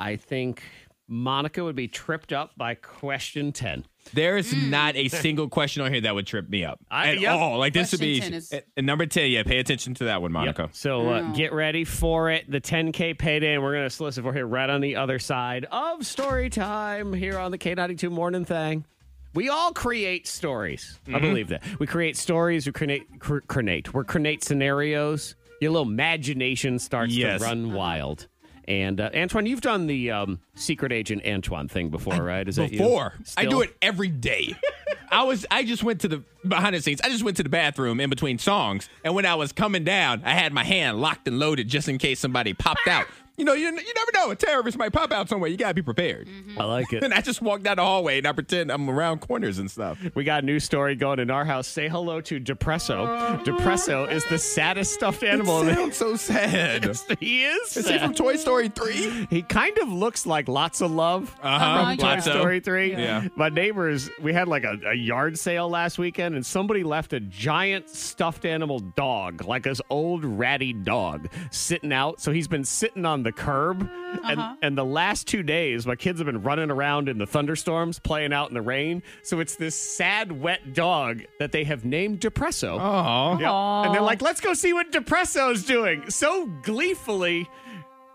Speaker 1: I think Monica would be tripped up by question ten.
Speaker 2: There is not a single question on here that would trip me up
Speaker 1: I-
Speaker 2: at
Speaker 1: yep.
Speaker 2: all. Like this would be
Speaker 3: Question 10 is- Mm.
Speaker 2: at- at number ten. Yeah, pay attention to that one,
Speaker 1: Yep.
Speaker 2: Monica.
Speaker 1: So uh,
Speaker 2: Mm.
Speaker 1: get ready for it. The 10K payday, and we're going to solicit for here right on the other side of story time here on the K92 Morning Thing. We all create stories.
Speaker 2: Mm-hmm.
Speaker 1: I believe that. We create stories, we create, cr- create, we create scenarios. Your little imagination starts
Speaker 2: Yes. Uh-huh.
Speaker 1: to run wild. And uh, Antoine, you've done the um, secret agent Antoine thing before, right? Is that you?
Speaker 2: Before I do
Speaker 1: Still?
Speaker 2: it every day. I was I just went to the behind the scenes. I just went to the bathroom in between songs, and when I was coming down, I had my hand locked and loaded just in case somebody popped out. You know, you, you never know. A terrorist might pop out somewhere. You gotta be prepared.
Speaker 1: I like it.
Speaker 2: And I just walked down the hallway and I pretend I'm around corners and stuff.
Speaker 1: We got a new story going in our house. Say hello to Depresso. Depresso is the saddest stuffed animal. in the-
Speaker 2: sounds so sad. Is
Speaker 1: he is.
Speaker 2: he from
Speaker 1: sad.
Speaker 2: Toy Story Three?
Speaker 1: he kind of looks like lots of love.
Speaker 3: Uh-huh,
Speaker 1: From Toy
Speaker 3: yeah.
Speaker 1: Story 3.
Speaker 2: Yeah.
Speaker 1: My neighbors, we had like a, a yard sale last weekend, and somebody left a giant stuffed animal dog, like this old ratty dog, sitting out. So he's been sitting on the curb. And, and the last two days, my kids have been running around in the thunderstorms, playing out in the rain. So it's this sad, wet dog that they have named Depresso.
Speaker 2: Oh,
Speaker 1: Yep. And they're like, let's go see what Depresso's doing. So gleefully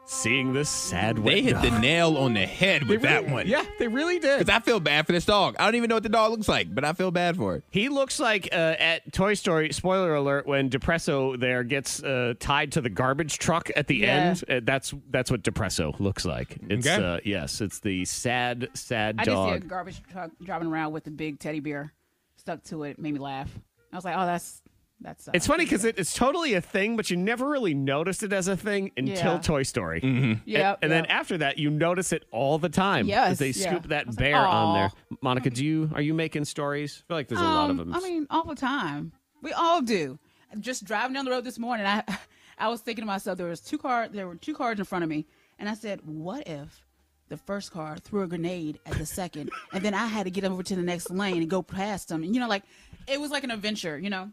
Speaker 1: seeing this sad
Speaker 2: they
Speaker 1: wet
Speaker 2: hit
Speaker 1: dog.
Speaker 2: the nail on the head with
Speaker 1: They really-
Speaker 2: that one.
Speaker 1: Yeah, they really did.
Speaker 2: Because I feel bad for this dog. I don't even know what the dog looks like, but I feel bad for it.
Speaker 1: He looks like uh, at Toy Story. Spoiler alert: When Depresso there gets uh, tied to the garbage truck at the
Speaker 3: Yeah.
Speaker 1: end, uh, that's that's what Depresso looks like. It's
Speaker 2: Okay.
Speaker 1: uh, yes, it's the sad, sad
Speaker 3: I just see a
Speaker 1: dog.
Speaker 3: garbage truck driving around with a big teddy bear stuck to it. Made me laugh. I was like, oh, that's that's. Uh,
Speaker 1: It's funny because it, it's totally a thing, but you never really noticed it as a thing until
Speaker 3: Yeah.
Speaker 1: Toy Story.
Speaker 3: Yeah.
Speaker 1: And then after that, you notice it all the time.
Speaker 3: Yes,
Speaker 1: as they
Speaker 3: yeah.
Speaker 1: scoop
Speaker 3: I
Speaker 1: that
Speaker 3: was like,
Speaker 1: bear on there.
Speaker 3: "Aw."
Speaker 1: Monica, do you are you making stories? I feel like there's a lot of
Speaker 3: Um,
Speaker 1: them.
Speaker 3: I mean, all the time. We all do. Just driving down the road this morning, I I was thinking to myself, there was two car, there were two cars in front of me, and I said, what if the first car threw a grenade at the second, and then I had to get over to the next lane and go past them, and you know, like it was like an adventure, you know.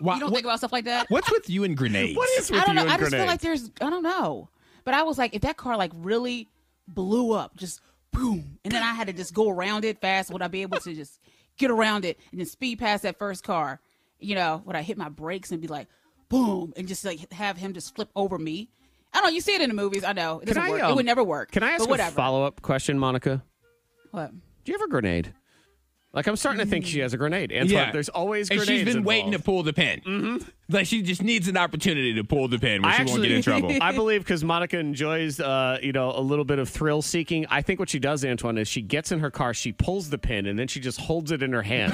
Speaker 2: Why,
Speaker 3: You don't
Speaker 2: what-
Speaker 3: think about stuff like that.
Speaker 2: what's with you and grenades?
Speaker 1: what is with
Speaker 3: I don't know.
Speaker 1: you and
Speaker 3: I just feel
Speaker 1: grenades?
Speaker 3: like there's I don't know. But I was like, if that car like really blew up, just boom, and then I had to just go around it fast, would I be able to just get around it, and then speed past that first car. You know, when I hit my brakes and be like, boom, and just like have him just flip over me. I don't know. You see it in the movies. I know. It doesn't work. it
Speaker 1: um,
Speaker 3: would never work.
Speaker 1: Can I ask
Speaker 3: But
Speaker 1: a
Speaker 3: whatever.
Speaker 1: follow up question, Monica?
Speaker 3: What?
Speaker 1: Do you have a grenade? Like I'm starting to think she has a grenade. Antoine,
Speaker 2: Yeah.
Speaker 1: there's always
Speaker 2: And
Speaker 1: grenades.
Speaker 2: she's been waiting to
Speaker 1: involved.
Speaker 2: pull the pin. Mm-hmm. Like she just needs an opportunity to pull the pin where she won't get in trouble.
Speaker 1: I believe because Monica enjoys, uh, you know, a little bit of thrill seeking. I think what she does, Antoine, is she gets in her car, she pulls the pin, and then she just holds it in her hand,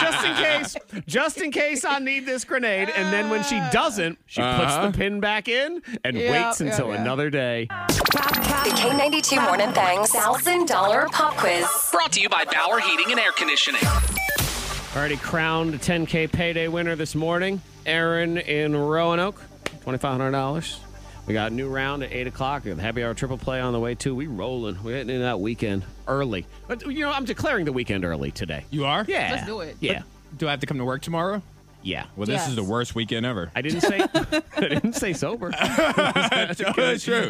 Speaker 1: just in case, just in case I need this grenade. And then when she doesn't, she
Speaker 12: Uh-huh.
Speaker 1: puts the pin back in and
Speaker 5: Yeah,
Speaker 1: waits
Speaker 5: yeah,
Speaker 1: until
Speaker 5: yeah.
Speaker 1: another day.
Speaker 5: The K92 Morning Thang $1,000 Pop Quiz.
Speaker 13: Brought to you by Bauer Heating and Air Conditioning.
Speaker 1: Already crowned a 10K payday winner this morning, Aaron in Roanoke, $2,500. We got a new round at 8 o'clock. We have the happy hour triple play on the way, too. We rolling. We're hitting in that weekend early. But, you know, I'm declaring the weekend early today.
Speaker 2: You are?
Speaker 1: Yeah.
Speaker 3: Let's do it.
Speaker 1: Yeah.
Speaker 2: Do I have to come to work tomorrow?
Speaker 1: Yeah.
Speaker 2: Well, this
Speaker 1: Yes.
Speaker 2: is the worst weekend ever.
Speaker 1: I didn't say I didn't say sober.
Speaker 2: That's true.
Speaker 1: All right.
Speaker 2: That's true.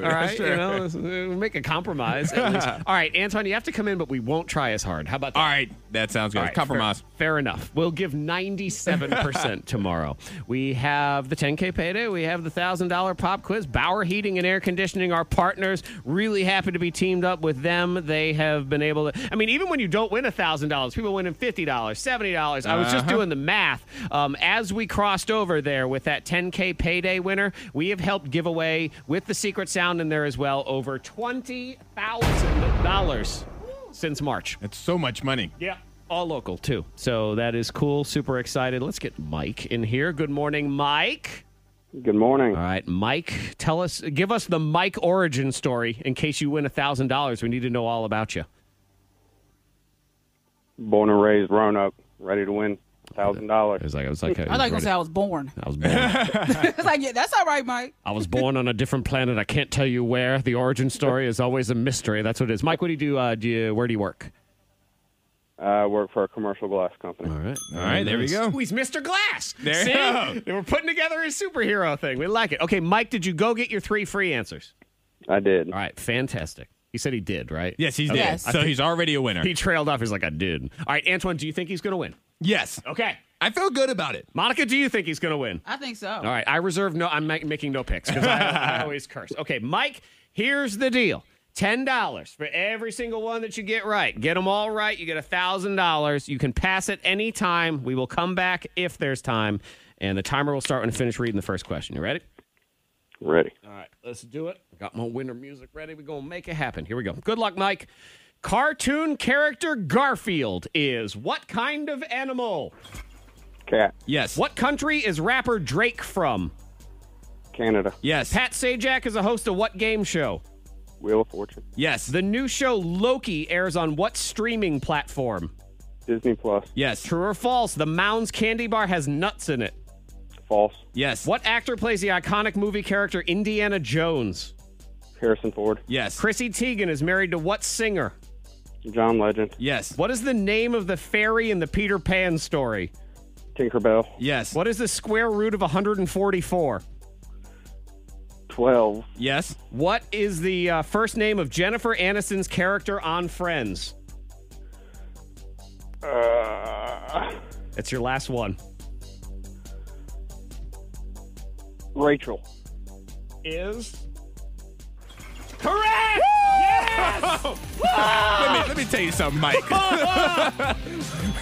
Speaker 1: You know, let's- we'll make a compromise. at least. All right, Antoine, you have to come in, but we won't try as hard. How about that? All
Speaker 2: right. That sounds good. Compromise.
Speaker 1: Fair, fair enough. We'll give 97% tomorrow. We have the 10K payday. We have the $1,000 pop quiz. Bauer Heating and Air Conditioning, our partners. Really happy to be teamed up with them. They have been able to, I mean, even when you don't win $1,000, people winning $50, $70. I was just
Speaker 2: Uh-huh.
Speaker 1: doing doing the math. Um, as we crossed over there with that 10K payday winner, we have helped give away with the secret sound in there as well over $20,000 since March.
Speaker 2: That's so much money.
Speaker 1: Yeah. All local too. So that is cool. Super excited. Let's get Mike in here. Good morning, Mike.
Speaker 7: Good morning.
Speaker 1: All right, Mike, tell us, give us the Mike origin story in case you win $1,000. We need to know all about you.
Speaker 7: Born and raised, Roanoke, ready to win thousand dollars.
Speaker 1: It's like I was like,
Speaker 3: I like to say I was born.
Speaker 1: I was born.
Speaker 3: it's like, yeah, that's all right, Mike.
Speaker 1: I was born on a different planet. I can't tell you where. The origin story is always a mystery. That's what it is. Mike, what do you do? Uh, do you, where do you work?
Speaker 7: I work for a commercial glass company. All
Speaker 1: right,
Speaker 7: all
Speaker 2: right, there we go.
Speaker 1: He's Mr. Glass.
Speaker 7: There
Speaker 1: See?
Speaker 7: you go.
Speaker 1: We're putting together a superhero thing. We like it. Okay, Mike, did you go get your three free answers?
Speaker 7: I did.
Speaker 1: All right, fantastic. He said he did, right?
Speaker 2: Yes, he did.
Speaker 1: Okay.
Speaker 2: Yes.
Speaker 1: I
Speaker 2: So
Speaker 1: think-
Speaker 2: he's already a winner.
Speaker 1: He trailed off. He's like, I did. All right, Antoine, do you think he's going to win?
Speaker 2: Yes.
Speaker 1: Okay.
Speaker 2: I feel good about it.
Speaker 1: Monica, do you think he's going to win?
Speaker 3: I think so.
Speaker 1: All right, I reserve no. I'm ma- making no picks because I, I always curse. Okay, Mike. Here's the deal: ten dollars for every single one that you get right. Get them all right, you get a thousand dollars. You can pass it any time. We will come back if there's time, and the timer will start when I finish reading the first question. You ready?
Speaker 7: Ready.
Speaker 1: All right, let's do it. I got my winter music ready. We're gonna make it happen. Here we go. Good luck, Mike. Cartoon character Garfield is what kind of animal?
Speaker 7: Cat,
Speaker 2: Yes.
Speaker 1: What country is rapper Drake from?
Speaker 7: Canada,
Speaker 2: Yes.
Speaker 1: Pat Sajak is a host of what game show?
Speaker 7: Wheel of Fortune,
Speaker 2: Yes.
Speaker 1: The new show Loki airs on what streaming platform?
Speaker 7: Disney Plus,
Speaker 2: Yes.
Speaker 1: True or false? The Mounds candy bar has nuts in it.
Speaker 7: False,
Speaker 2: Yes.
Speaker 1: What actor plays the iconic movie character Indiana Jones?
Speaker 7: Harrison Ford,
Speaker 2: Yes.
Speaker 1: Chrissy Teigen is married to what singer?
Speaker 7: John Legend,
Speaker 2: Yes.
Speaker 1: What is the name of the fairy in the Peter Pan story?
Speaker 7: Tinkerbell,
Speaker 2: Yes.
Speaker 1: What is the square root of 144?
Speaker 7: Twelve,
Speaker 2: Yes.
Speaker 1: What is the uh, first name of Jennifer Aniston's character on Friends?
Speaker 7: uh,
Speaker 1: That's your last one.
Speaker 7: Rachel.
Speaker 1: Is correct. Yes!
Speaker 2: Let me let me tell you something, Mike.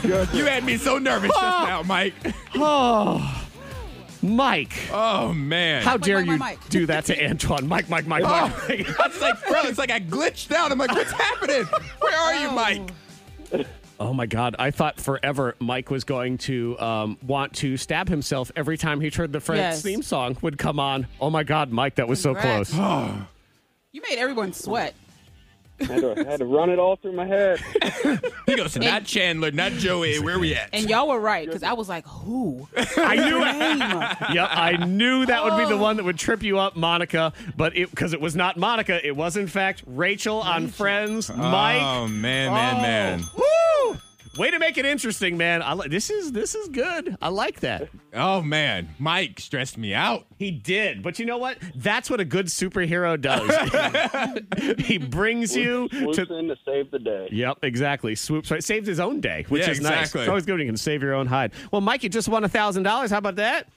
Speaker 2: you had me so nervous just now, Mike.
Speaker 1: Oh, Mike.
Speaker 2: Oh man.
Speaker 1: How dare
Speaker 3: Mike,
Speaker 1: you
Speaker 3: Mike, Mike.
Speaker 1: do that to Antoine? Mike, Mike, Mike,
Speaker 2: Oh,
Speaker 1: Mike.
Speaker 2: I was like, bro, it's like I glitched out. I'm like, what's happening? Where are you, Mike?
Speaker 1: Oh my God! I thought forever Mike was going to um, want to stab himself every time he heard the Friends
Speaker 3: Yes.
Speaker 1: theme song would come on. Oh my God, Mike, that was so
Speaker 3: Congrats.
Speaker 1: close.
Speaker 3: You made everyone sweat.
Speaker 7: had, to, had to run it all through my head.
Speaker 2: He goes, not Chandler, not Joey. Where we at?
Speaker 3: And y'all were right, because I was like, who?
Speaker 1: I knew
Speaker 3: Name.
Speaker 1: it. Yep, I knew that would be
Speaker 3: Oh.
Speaker 1: the one that would trip you up, Monica. But it because it was not Monica, it was in fact Rachel on Friends. Mike,
Speaker 2: Oh man, man, man.
Speaker 1: Woo! Way to make it interesting, man. I li- this is this is good. I like that.
Speaker 2: Oh man, Mike stressed me out.
Speaker 1: He did, but you know what? That's what a good superhero does. he brings you
Speaker 14: Swoops
Speaker 1: to.
Speaker 14: in to save the day.
Speaker 1: Yep, exactly. Swoops right, saved his own day, which
Speaker 14: Yeah,
Speaker 1: is
Speaker 14: exactly.
Speaker 1: nice. It's always good when you can save your own hide. Well, Mike, you just won a thousand dollars. How about that?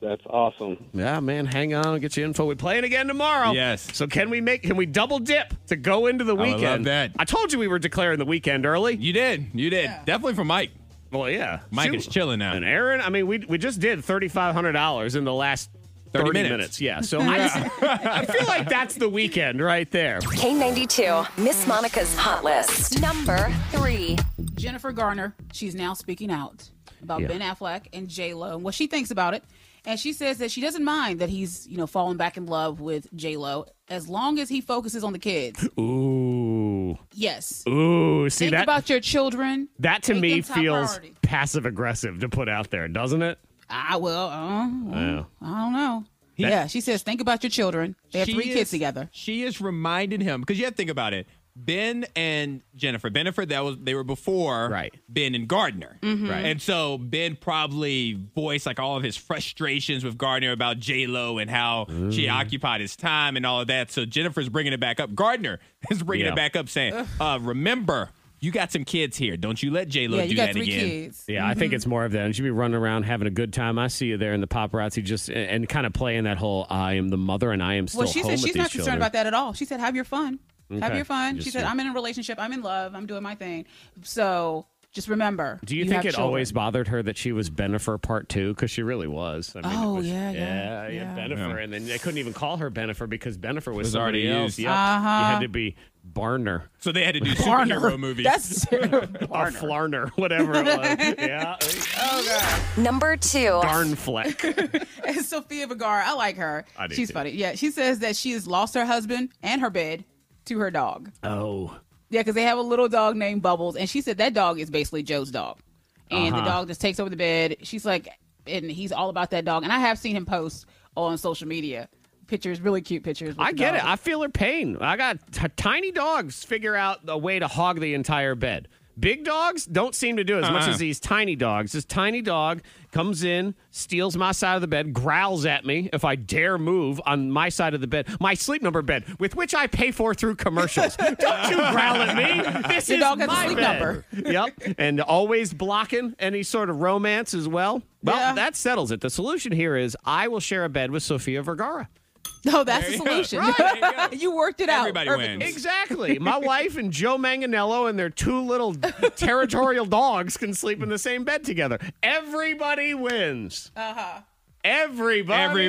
Speaker 14: That's awesome.
Speaker 1: Yeah, man. Hang on, get your info. We're playing again tomorrow.
Speaker 2: Yes.
Speaker 1: So can we make? Can we double dip to go into the
Speaker 2: I would
Speaker 1: weekend?
Speaker 2: love that.
Speaker 1: I told you we were declaring the weekend early.
Speaker 2: You did. You did. Definitely for Mike.
Speaker 1: Well, yeah.
Speaker 2: Mike is chilling now.
Speaker 1: And Aaron, I mean, we we just did thirty five hundred dollars in the last
Speaker 2: 30
Speaker 1: thirty,
Speaker 2: minutes.
Speaker 1: minutes. Yeah. So I, just, I feel like that's the weekend right there.
Speaker 5: K92, Miss Monica's Hot List. Number three.
Speaker 3: Jennifer Garner, she's now speaking out about
Speaker 5: Yeah.
Speaker 3: Ben Affleck and J Lo and what she thinks about it. And she says that she doesn't mind that he's, you know, falling back in love with J Lo as long as he focuses on the kids.
Speaker 1: Ooh.
Speaker 3: Yes.
Speaker 1: Ooh. See
Speaker 3: Think
Speaker 1: that
Speaker 3: about your children.
Speaker 1: that to
Speaker 3: Make
Speaker 1: me
Speaker 3: them top
Speaker 1: feels
Speaker 3: priority.
Speaker 1: passive aggressive to put out there, doesn't it?
Speaker 3: I will. Uh,
Speaker 1: Yeah.
Speaker 3: I don't know.
Speaker 2: That-
Speaker 3: yeah, she says, think about your children. They have
Speaker 2: She
Speaker 3: three
Speaker 2: is-
Speaker 3: kids together.
Speaker 2: She is reminding him because you have to think about it. Ben and Jennifer, Bennifer, that was they were before right. Ben and Gardner,
Speaker 3: Mm-hmm.
Speaker 15: Mhm. Right.
Speaker 2: And so Ben probably voiced like all of his frustrations with Gardner about J Lo and how she
Speaker 1: Mm.
Speaker 2: occupied his time and all of that. So Jennifer's bringing it back up. Gardner is bringing
Speaker 1: Yeah.
Speaker 2: it back up, saying,
Speaker 3: Ugh.
Speaker 2: uh, "Remember, you got some kids here. Don't you let J Lo
Speaker 3: Yeah,
Speaker 2: do
Speaker 3: you got
Speaker 2: that
Speaker 3: three
Speaker 2: again."
Speaker 3: kids. Mm-hmm.
Speaker 1: Yeah, I think it's more of that. And she'd be running around having a good time. I see you there in the paparazzi, just and, and kind of playing that whole "I am the mother and I am still
Speaker 3: Well, she
Speaker 1: home
Speaker 3: said
Speaker 1: with
Speaker 3: she's
Speaker 1: these
Speaker 3: not concerned
Speaker 1: children."
Speaker 3: about that at all. She said, have your fun. Have
Speaker 1: Okay.
Speaker 3: your fun.
Speaker 1: Just
Speaker 3: she said,
Speaker 1: see.
Speaker 3: I'm in a relationship. I'm in love. I'm doing my thing. So just remember.
Speaker 1: Do you, think
Speaker 3: have
Speaker 1: it
Speaker 3: children.
Speaker 1: always bothered her that she was Benifer part two? Because she really was. I mean, it
Speaker 3: Oh,
Speaker 1: was-
Speaker 3: yeah, yeah,
Speaker 1: yeah,
Speaker 3: yeah.
Speaker 1: yeah, Benifer, and then they couldn't even call her Benifer because Benifer was,
Speaker 2: Was already
Speaker 1: somebody else.
Speaker 2: used.
Speaker 1: Yep.
Speaker 2: Uh-huh.
Speaker 1: You had to be Barner.
Speaker 2: So they had to do
Speaker 1: Barner.
Speaker 2: superhero movies.
Speaker 1: That's Barner. Flarner, whatever it was. yeah.
Speaker 5: Number two.
Speaker 1: Darnfleck.
Speaker 3: Oh, And Sophia Vergara, I like her.
Speaker 1: I do
Speaker 3: She's
Speaker 1: too.
Speaker 3: funny. Yeah, she says that she has lost her husband and her bed to her dog.
Speaker 1: Oh.
Speaker 3: Yeah, because they have a little dog named Bubbles, and she said that dog is basically Joe's dog, and the
Speaker 1: Uh-huh.
Speaker 3: dog just takes over the bed. She's like, and he's all about that dog. And I have seen him post on social media pictures, really cute pictures. with
Speaker 1: I
Speaker 3: the
Speaker 1: get it.
Speaker 3: dog.
Speaker 1: I feel her pain. I got t- tiny dogs figure out a way to hog the entire bed. Big dogs don't seem to do as much
Speaker 2: Uh-uh.
Speaker 1: as these tiny dogs. This tiny dog comes in, steals my side of the bed, growls at me if I dare move on my side of the bed, my sleep number bed, with which I pay for through commercials. don't you growl at me. This
Speaker 3: Your
Speaker 1: is
Speaker 3: dog has a
Speaker 1: my
Speaker 3: sleep
Speaker 1: bed.
Speaker 3: number.
Speaker 1: yep. And always blocking any sort of romance as well. Well, that settles it. The solution here is I will share a bed with Sophia Vergara.
Speaker 3: No, that's the solution. you, worked it out. perfectly.
Speaker 1: Exactly. My wife and Joe Manganello and their two little territorial dogs can sleep in the same bed together. Everybody wins.
Speaker 3: Uh huh.
Speaker 1: Everybody.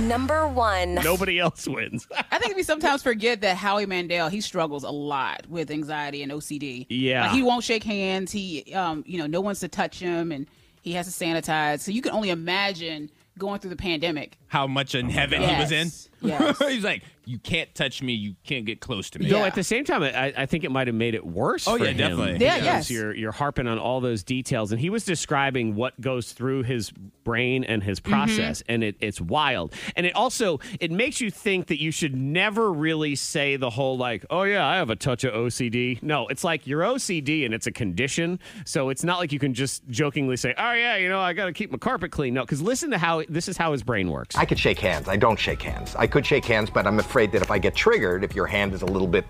Speaker 5: Number one.
Speaker 1: Nobody else wins.
Speaker 3: I think we sometimes forget that Howie Mandel he struggles a lot with anxiety and OCD.
Speaker 1: Yeah.
Speaker 3: Like, he won't shake hands. He, um, you know, no one's to touch him, and he has to sanitize. So you can only imagine going through the pandemic.
Speaker 2: How much in heaven
Speaker 3: God.
Speaker 2: he was in?
Speaker 3: Yes.
Speaker 2: He's like, you can't touch me. You can't get close to me.
Speaker 1: Though at the same time, I, I think it might have made it worse.
Speaker 2: Oh,
Speaker 1: for
Speaker 2: yeah,
Speaker 1: him
Speaker 2: definitely.
Speaker 3: Yeah,
Speaker 1: because
Speaker 3: yes.
Speaker 1: You're you're harping on all those details, and he was describing what goes through his brain and
Speaker 3: Mm-hmm.
Speaker 1: his process, and it, it's wild. And it also it makes you think that you should never really say the whole like, oh yeah, I have a touch of OCD. No, it's like you're OCD, and it's a condition, so it's not like you can just jokingly say, oh yeah, you know, I got to keep my carpet clean. No, because listen to how this is how his brain works.
Speaker 16: I could shake hands. I don't shake hands. I could shake hands, but I'm afraid that if I get triggered, if your hand is a little bit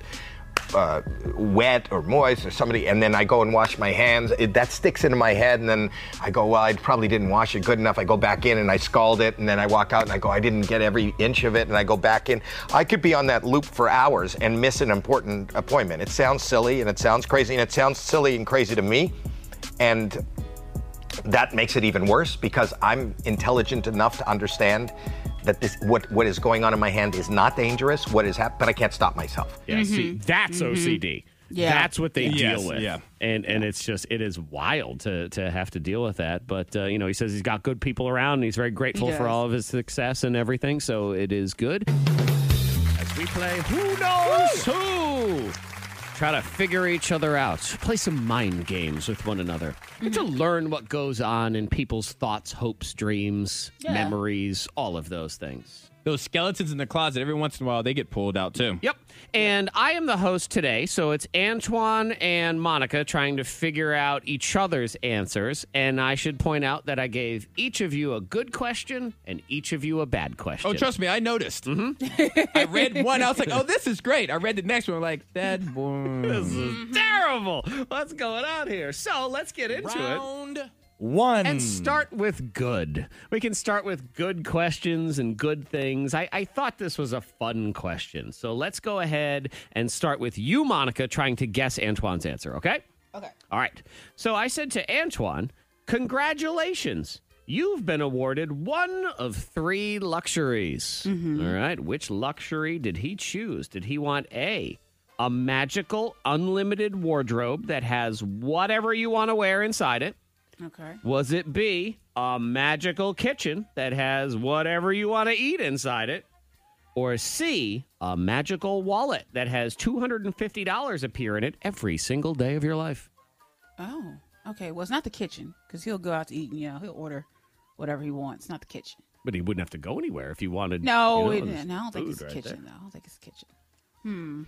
Speaker 16: uh, wet or moist or somebody, and then I go and wash my hands, it, that sticks into my head, and then I go, well, I probably didn't wash it good enough. I go back in and I scald it, and then I walk out and I go, I didn't get every inch of it, and I go back in. I could be on that loop for hours and miss an important appointment. It sounds silly and it sounds crazy, and it sounds silly and crazy to me. And that makes it even worse because I'm intelligent enough to understand that this what what is going on in my hand is not dangerous. What is happening, but I can't stop myself.
Speaker 1: Yeah, see, that's
Speaker 16: Mhm.
Speaker 1: OCD.
Speaker 16: Yeah.
Speaker 1: That's what they
Speaker 16: Yes,
Speaker 1: deal with.
Speaker 16: yeah.
Speaker 1: And and it's just it is wild to to have to deal with that. But uh, you know, he says he's got good people around and he's very grateful
Speaker 12: does.
Speaker 1: for all of his success and everything, so it is good. As we play Who Knows Who? Try to figure each other out. Play some mind games with one another. Get To learn what goes on in people's thoughts, hopes, dreams,
Speaker 3: Yeah.
Speaker 1: memories, all of those things.
Speaker 2: Those skeletons in the closet, every once in a while, they get pulled out too.
Speaker 1: Yep. And I am the host today, so it's Antoine and Monica trying to figure out each other's answers. And I should point out that I gave each of you a good question and each of you a bad question. Mm-hmm.
Speaker 2: Oh, trust me, I noticed. I read one, I was like, "Oh, this is great." I read the next one, like that.
Speaker 1: This is terrible. What's going on here? So let's get into it.
Speaker 6: One.
Speaker 1: And start with good. We can start with good questions and good things. I, I thought this was a fun question. So let's go ahead and start with you, Monica, trying to guess Antoine's answer, okay?
Speaker 3: Okay.
Speaker 1: All right. So I said to Antoine, Congratulations. You've been awarded one of three luxuries. All right. Which luxury did he choose? Did he want A, a magical, unlimited wardrobe that has whatever you want to wear inside it?
Speaker 3: Okay.
Speaker 1: Was it B, a magical kitchen that has whatever you want to eat inside it? Or C, a magical wallet that has $250 appear in it every single day of your life?
Speaker 3: Oh, okay. Well, it's not the kitchen because he'll go out to eat and, you know, he'll order whatever he wants, not the kitchen.
Speaker 1: But he wouldn't have to go anywhere if he wanted.
Speaker 3: No,
Speaker 1: you know,
Speaker 3: it-
Speaker 1: this
Speaker 3: no, I don't think
Speaker 1: food
Speaker 3: it's the
Speaker 1: right
Speaker 3: kitchen,
Speaker 1: there.
Speaker 3: though. I don't think it's the kitchen. Hmm.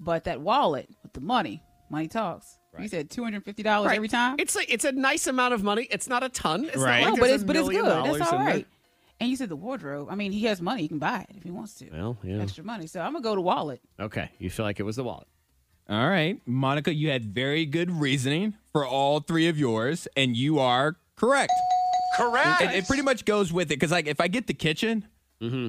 Speaker 3: But that wallet with the money, money talks. You said $250
Speaker 1: Right.
Speaker 3: every time?
Speaker 1: It's like it's a nice amount of money. It's not a ton. It's
Speaker 3: No,
Speaker 1: Not like
Speaker 3: but
Speaker 1: there's
Speaker 3: it's
Speaker 1: a
Speaker 3: but it's
Speaker 1: million
Speaker 3: good. That's
Speaker 1: dollars
Speaker 3: all
Speaker 1: in there.
Speaker 3: right. And you said the wardrobe. I mean, he has money; he can buy it if he wants to.
Speaker 1: Well, yeah.
Speaker 3: Extra money. So I'm gonna go to wallet.
Speaker 1: Okay, you feel like it was the wallet.
Speaker 2: All right, Monica, you had very good reasoning for all three of yours, and you are correct.
Speaker 12: Correct.
Speaker 2: It, it pretty much goes with it because, like, if I get the kitchen,
Speaker 1: Mm-hmm.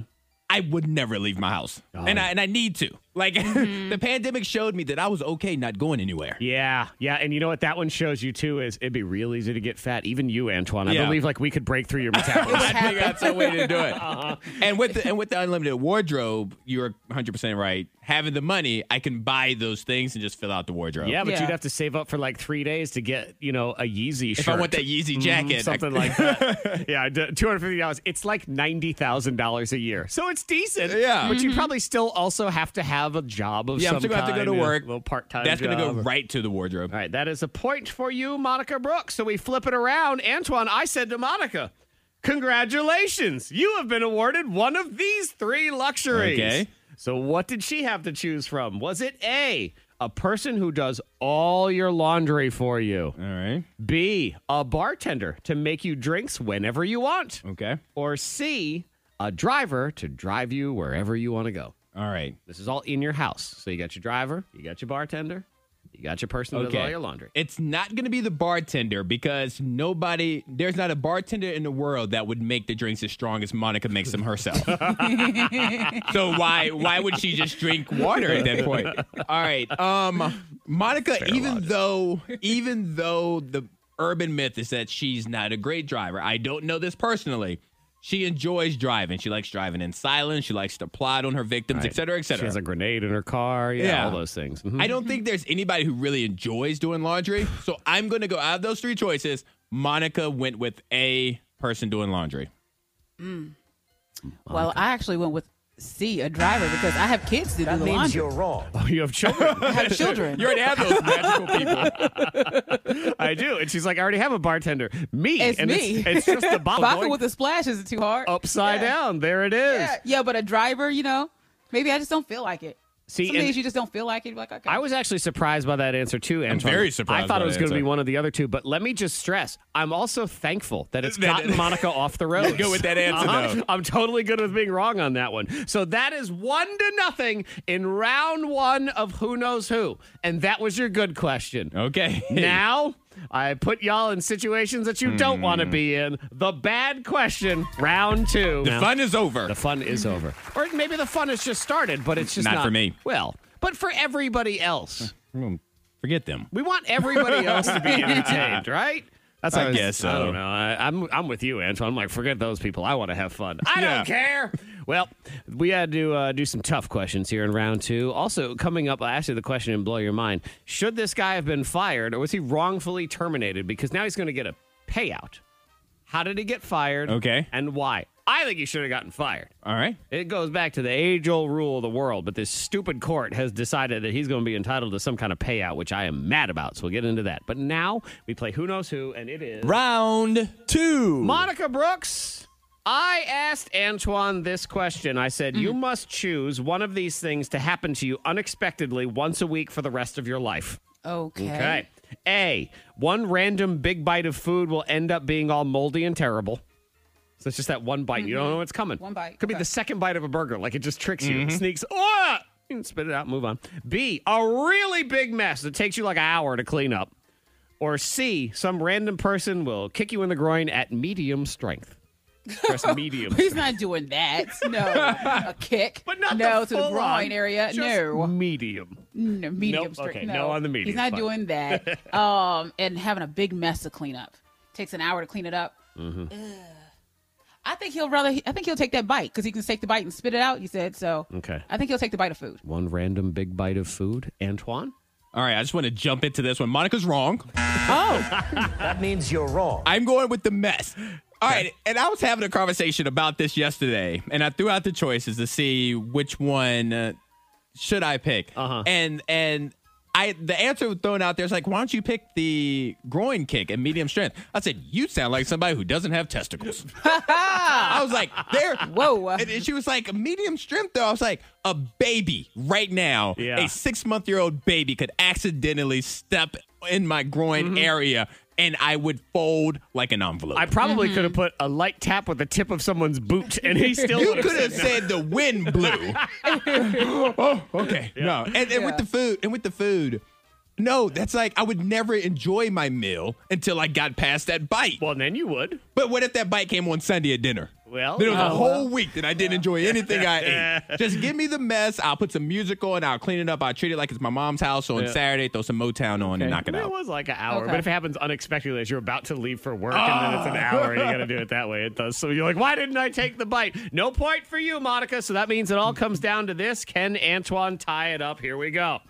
Speaker 2: I would never leave my house, and I and I need to. Like, the pandemic showed me that I was okay not going anywhere.
Speaker 1: Yeah, yeah, and you know what that one shows you too is it'd be real easy to get fat, even you, Antoine. I
Speaker 2: Yeah.
Speaker 1: believe like we could break through your metabolism.
Speaker 2: I think that's a way to do it.
Speaker 1: Uh-huh.
Speaker 2: And with the, and with the unlimited wardrobe, you're 100 percent right. Having the money, I can buy those things and just fill out the wardrobe.
Speaker 1: Yeah, but you'd have to save up for like three days to get you know a Yeezy shirt.
Speaker 2: If I want that Yeezy
Speaker 1: Mhm,
Speaker 2: jacket, I-
Speaker 1: something like that. Yeah, two hundred fifty dollars. It's like ninety thousand dollars a year, so it's decent.
Speaker 2: Yeah.
Speaker 1: but you
Speaker 2: Mhm.
Speaker 1: probably still also have to have a job of
Speaker 2: Yeah, I'm
Speaker 1: some
Speaker 2: still gonna have to go
Speaker 1: kind,
Speaker 2: to
Speaker 1: a
Speaker 2: work.
Speaker 1: little part time.
Speaker 2: That's gonna go right to the wardrobe.
Speaker 1: All right, that is a point for you, Monica Brooks. So we flip it around. Antoine, I said to Monica, Congratulations, you have been awarded one of these three luxuries.
Speaker 2: Okay.
Speaker 1: So what did she have to choose from? Was it A, a person who does all your laundry for you? All
Speaker 2: right.
Speaker 1: B, a bartender to make you drinks whenever you want?
Speaker 2: Okay.
Speaker 1: Or C, a driver to drive you wherever you want to go?
Speaker 2: All right.
Speaker 1: This is all in your house. So you got your driver, you got your bartender, you got your person who does all your laundry.
Speaker 2: It's not going to be the bartender because nobody, there's not a bartender in the world that would make the drinks as strong as Monica makes them herself. so why why would she just drink water at that point? All right, um, Monica. even though even though the urban myth is that she's not a great driver, I don't know this personally. She enjoys driving. She likes driving in silence. She likes to plot on her victims,
Speaker 1: Right.
Speaker 2: et cetera, et cetera.
Speaker 1: She has a grenade in her car. Yeah, all those things. Mhm.
Speaker 2: I don't think there's anybody who really enjoys doing laundry. So I'm going to go out of those three choices. Monica went with a person doing laundry.
Speaker 3: Well, I actually went with C, a driver, because I have kids to do the laundry.
Speaker 1: wrong. Oh, you have children.
Speaker 3: I have children.
Speaker 2: You already have those magical
Speaker 1: people. I do. And she's like, I already have a bartender. Me.
Speaker 3: It's
Speaker 1: and
Speaker 3: me.
Speaker 1: It's, it's just the bottle
Speaker 3: Vodka
Speaker 1: going
Speaker 3: with a splash. Is it too hard?
Speaker 1: upside
Speaker 3: Yeah.
Speaker 1: down. There it is.
Speaker 3: Yeah, yeah, but a driver, you know, maybe I just don't feel like it.
Speaker 1: See,
Speaker 3: some
Speaker 1: and-
Speaker 3: days you just don't feel like it. You're Like, okay,
Speaker 1: I was actually surprised by that answer too, Antoine.
Speaker 2: very surprised
Speaker 1: I thought
Speaker 2: by
Speaker 1: it was
Speaker 2: that
Speaker 1: going to be
Speaker 2: answer.
Speaker 1: one of the other two, but let me just stress: I'm also thankful that it's
Speaker 2: That-
Speaker 1: gotten Monica off the road.
Speaker 2: You're good with that answer, though.
Speaker 1: I'm totally good with being wrong on that one. So that is one to nothing in round one of Who Knows Who, and that was your good question.
Speaker 2: Okay.
Speaker 1: Now I put y'all in situations that you don't want to be in. The bad question, round two.
Speaker 2: Hmm. The fun is over.
Speaker 1: The fun is over. Or maybe the fun has just started, but it's just
Speaker 2: Not
Speaker 1: not,
Speaker 2: for me.
Speaker 1: Well, but for everybody else.
Speaker 2: Forget them.
Speaker 1: Hmm. We want everybody else to be entertained, right?
Speaker 2: I
Speaker 1: how was-
Speaker 2: guess
Speaker 1: I
Speaker 2: so.
Speaker 1: don't know. I, I'm I'm with you, Antoine. I'm like, forget those people. I want to have fun. I don't care. Well, we had to uh, do some tough questions here in round two. Also, coming up, I asked you the question and blow your mind. Should this guy have been fired, or was he wrongfully terminated? Because now he's going to get a payout. How did he get fired?
Speaker 2: Okay.
Speaker 1: and why? I think he should have gotten fired.
Speaker 2: All right.
Speaker 1: It goes back to the age old rule of the world, but this stupid court has decided that he's going to be entitled to some kind of payout, which I am mad about. So we'll get into that. But now we play Who Knows Who, and it is
Speaker 6: Round two.
Speaker 1: Monica Brooks I asked Antoine this question. I said, You must choose one of these things to happen to you unexpectedly once a week for the rest of your life.
Speaker 3: Okay.
Speaker 1: Okay. A, one random big bite of food will end up being all moldy and terrible. So it's just that one bite. You don't know what's coming.
Speaker 3: Mm-hmm. One bite. Mm-hmm.
Speaker 1: Could be the second bite of a burger. Like it just tricks you. It sneaks. Oh! You can spit it out and move on. B, a really big mess that takes you like an hour to clean up. Or C, some random person will kick you in the groin at medium strength. Press medium.
Speaker 3: He's not doing that. No, a kick. But not no
Speaker 1: the
Speaker 3: to the
Speaker 1: full
Speaker 3: groin
Speaker 1: on,
Speaker 3: area.
Speaker 1: just
Speaker 3: No,
Speaker 1: medium.
Speaker 3: no medium
Speaker 1: Nope,
Speaker 3: strength.
Speaker 1: okay, no on the medium,
Speaker 3: He's not
Speaker 1: fine.
Speaker 3: doing that. um, and having a big mess to clean up takes an hour to clean it up.
Speaker 1: Mm-hmm.
Speaker 3: I think he'll rather. I think he'll take that bite because he can take the bite and spit it out. You said so.
Speaker 1: Okay.
Speaker 3: I think he'll take the bite of food.
Speaker 1: One random big bite of food. Antoine?
Speaker 2: All right, I just want to jump into this one. Monica's wrong.
Speaker 3: Oh.
Speaker 2: that means you're wrong. I'm going with the mess. All right, and I was having a conversation about this yesterday, and I threw out the choices to see which one uh, should I pick. Uh-huh. And and I the answer thrown out there is like, why don't you pick the groin kick at medium strength? I said, you sound like somebody who doesn't have testicles. I was like, there.
Speaker 3: Whoa.
Speaker 2: And, and she was like, medium strength, though. I was like, a baby right now, a six month year old baby could accidentally step in my groin area and I would fold like an envelope.
Speaker 1: Mm-hmm. I probably
Speaker 2: Mm-hmm.
Speaker 1: could have put a light tap with the tip of someone's boot, and he still
Speaker 2: You
Speaker 1: would've
Speaker 2: could have said the wind blew. oh, okay. No. And, and with the food, and with the food, no, that's like I would never enjoy my meal until I got past that bite.
Speaker 1: Well, then you would.
Speaker 2: But what if that bite came on Sunday at dinner?
Speaker 1: Well,
Speaker 2: then it was a
Speaker 1: oh,
Speaker 2: whole
Speaker 1: well.
Speaker 2: week that I didn't enjoy anything I ate. Just give me the mess. I'll put some music on. I'll clean it up. I'll treat it like it's my mom's house on
Speaker 1: Yeah.
Speaker 2: Saturday. Throw some Motown on and knock it
Speaker 1: It
Speaker 2: out.
Speaker 1: was like an hour,
Speaker 2: Okay. Oh.
Speaker 1: but if it happens unexpectedly, as you're about to leave for work, and then it's an hour, and you got to do it that way. It does. So you're like, why didn't I take the bite? No point for you, Monica. So that means it all comes down to this: Can Antoine tie it up? Here we go.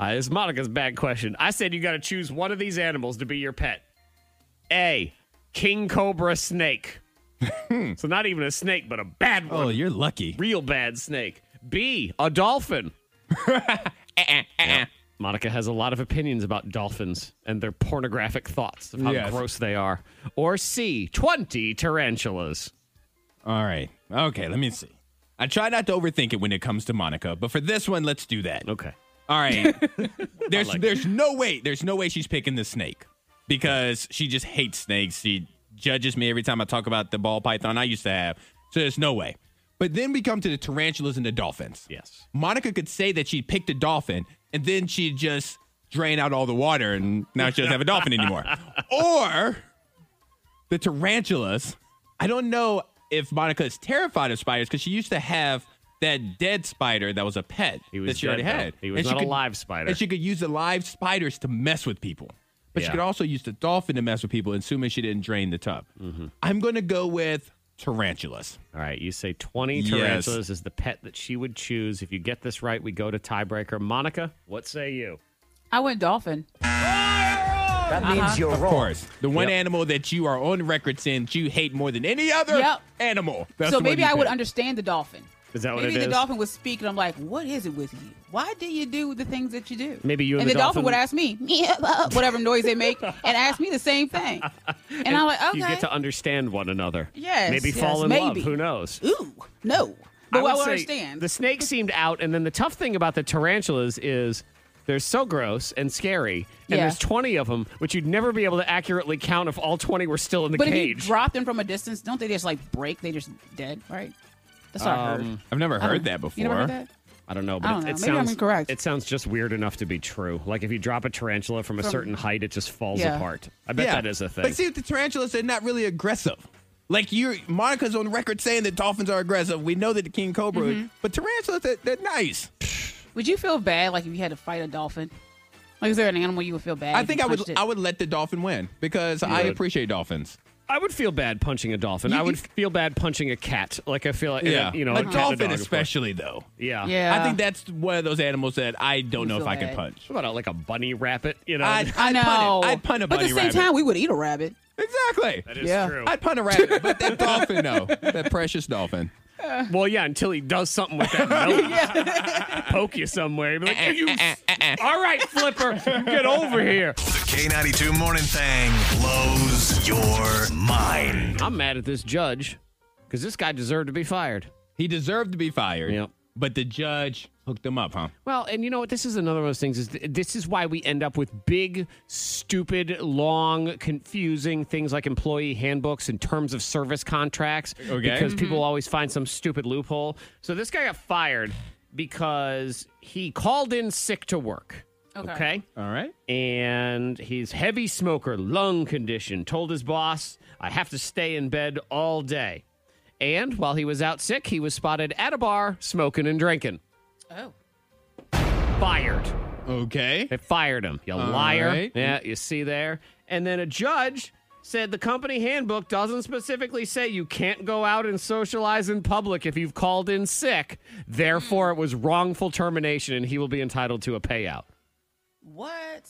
Speaker 1: Uh, this is Monica's bad question. I said you got to choose one of these animals to be your pet. A, king cobra snake. so not even a snake, but a bad one.
Speaker 2: Oh, you're lucky.
Speaker 1: Real bad snake. B, a dolphin. Yeah. Monica has a lot of opinions about dolphins and their pornographic thoughts of how
Speaker 2: Yes.
Speaker 1: gross they are. Or C, 20 tarantulas.
Speaker 2: All right. Okay, let me see. I try not to overthink it when it comes to Monica, but for this one, let's do that.
Speaker 1: Okay.
Speaker 2: All right. there's there's no way there's no way she's picking the snake because she just hates snakes. She judges me every time I talk about the ball python I used to have. So there's no way. But then we come to the tarantulas and the dolphins.
Speaker 1: Yes.
Speaker 2: Monica could say that she picked a dolphin and then she just drain out all the water and now she doesn't have a dolphin anymore. Or the tarantulas. I don't know if Monica is terrified of spiders because she used to have that dead spider that was a pet
Speaker 1: was
Speaker 2: that she already
Speaker 1: dead, though.
Speaker 2: had.
Speaker 1: He was
Speaker 2: And she
Speaker 1: not a live spider.
Speaker 2: And she could use the live spiders to mess with people. But
Speaker 1: Yeah.
Speaker 2: she could also use the dolphin to mess with people, assuming she didn't drain the tub. I'm going to go with tarantulas.
Speaker 1: Mm-hmm. All right, you say 20
Speaker 2: Yes.
Speaker 1: tarantulas is the pet that she would choose. If you get this right, we go to tiebreaker. Monica, what say you?
Speaker 3: I went dolphin. That means Uh-huh. you're
Speaker 2: of
Speaker 3: wrong.
Speaker 2: course. The one
Speaker 1: Yep.
Speaker 2: animal that you are on record saying you hate more than any other
Speaker 3: Yep.
Speaker 2: animal.
Speaker 3: so
Speaker 2: the one
Speaker 3: maybe
Speaker 2: you
Speaker 3: I would
Speaker 2: pick.
Speaker 3: understand the dolphin.
Speaker 1: Is that what
Speaker 3: Maybe
Speaker 1: it
Speaker 3: the
Speaker 1: is?
Speaker 3: dolphin would speak, and I'm like, "What is it with you? Why do you do the things that you do?"
Speaker 1: Maybe you and the
Speaker 3: the, dolphin,
Speaker 1: dolphin-
Speaker 3: would ask me, "Yeah," uh, whatever noise they make, and ask me the same thing. And, I'm like,
Speaker 1: You
Speaker 3: "Okay,
Speaker 1: get to understand one another.
Speaker 3: Yes,
Speaker 1: Maybe
Speaker 3: yes,
Speaker 1: fall in love.
Speaker 3: maybe.
Speaker 1: Who knows?
Speaker 3: Ooh, no." But I,
Speaker 1: would
Speaker 3: will
Speaker 1: say
Speaker 3: understand.
Speaker 1: The snake seemed out, and then the tough thing about the tarantulas is they're so gross and scary,
Speaker 3: Yeah.
Speaker 1: and there's 20 of them, which you'd never be able to accurately count if all 20 were still in the
Speaker 3: but if you
Speaker 1: cage.
Speaker 3: drop them from a distance, don't they just like break? They just dead, right? That's what I heard.
Speaker 1: Um,
Speaker 2: I've never
Speaker 3: I heard don't- that you never heard before. that?
Speaker 1: I don't know, but
Speaker 3: I don't
Speaker 1: it,
Speaker 3: know.
Speaker 1: it
Speaker 3: Maybe I'm
Speaker 1: sounds
Speaker 3: incorrect.
Speaker 1: It sounds just weird enough to be true. Like if you drop a tarantula from a
Speaker 2: From-
Speaker 1: certain height, it just falls
Speaker 2: Yeah.
Speaker 1: apart. I bet
Speaker 2: Yeah.
Speaker 1: that is a thing.
Speaker 2: But see, with the tarantulas, they're not really aggressive. Like you, Monica's on record saying that dolphins are aggressive. We know that the king cobra, but tarantulas, they're, they're nice.
Speaker 3: Would you feel bad like if you had to fight a dolphin? Like, is there an animal you would feel bad?
Speaker 2: I
Speaker 3: if
Speaker 2: think
Speaker 3: you
Speaker 2: I would,
Speaker 3: punched it?
Speaker 2: I would let the dolphin win because
Speaker 1: You
Speaker 2: I
Speaker 1: would.
Speaker 2: appreciate dolphins.
Speaker 1: I would feel bad punching a dolphin. I would feel bad punching a cat. Like I feel like
Speaker 2: Yeah.
Speaker 1: you know
Speaker 2: A
Speaker 1: cat and
Speaker 2: dolphin
Speaker 1: dog, of course.
Speaker 2: especially, though.
Speaker 1: Yeah.
Speaker 2: I think that's one of those animals that I don't know if
Speaker 1: feel
Speaker 2: I can
Speaker 1: bad.
Speaker 2: punch.
Speaker 1: What about a- like a bunny rabbit? You know,
Speaker 2: I'd, I'd
Speaker 3: No.
Speaker 2: Punt it. I'd punt a
Speaker 3: but
Speaker 2: bunny
Speaker 3: at the same
Speaker 2: rabbit.
Speaker 3: time, we would eat a rabbit.
Speaker 2: exactly.
Speaker 1: That is true.
Speaker 2: I'd punt a rabbit, but that dolphin, though, that precious dolphin.
Speaker 3: Uh.
Speaker 1: Well, yeah, until he does something with that melon. Poke you somewhere. He'd be like, "You s- All right, Flipper, get over here.
Speaker 12: The K92 Morning Thing blows your mind.
Speaker 1: I'm mad at this judge Because this guy deserved to be fired.
Speaker 2: He deserved to be fired. But the judge hooked him up, huh?
Speaker 1: Well, and you know what? This is another one of those things. Is th- this is why we end up with big, stupid, long, confusing things like employee handbooks and terms of service contracts.
Speaker 2: Okay.
Speaker 1: Because
Speaker 2: Mhm.
Speaker 1: people always find some stupid loophole. So this guy got fired because he called in sick to work.
Speaker 3: Okay.
Speaker 2: All right.
Speaker 1: And he's heavy smoker, lung condition. Told his boss, "I have to stay in bed all day." And while he was out sick, he was spotted at a bar smoking and drinking
Speaker 3: Oh.
Speaker 1: fired.
Speaker 2: Okay.
Speaker 1: They fired him. You
Speaker 2: All
Speaker 1: liar.
Speaker 2: right.
Speaker 1: Yeah, you see there. And then a judge said the company handbook doesn't specifically say you can't go out and socialize in public if you've called in sick. Therefore,
Speaker 3: Hmm.
Speaker 1: it was wrongful termination and he will be entitled to a payout.
Speaker 3: What?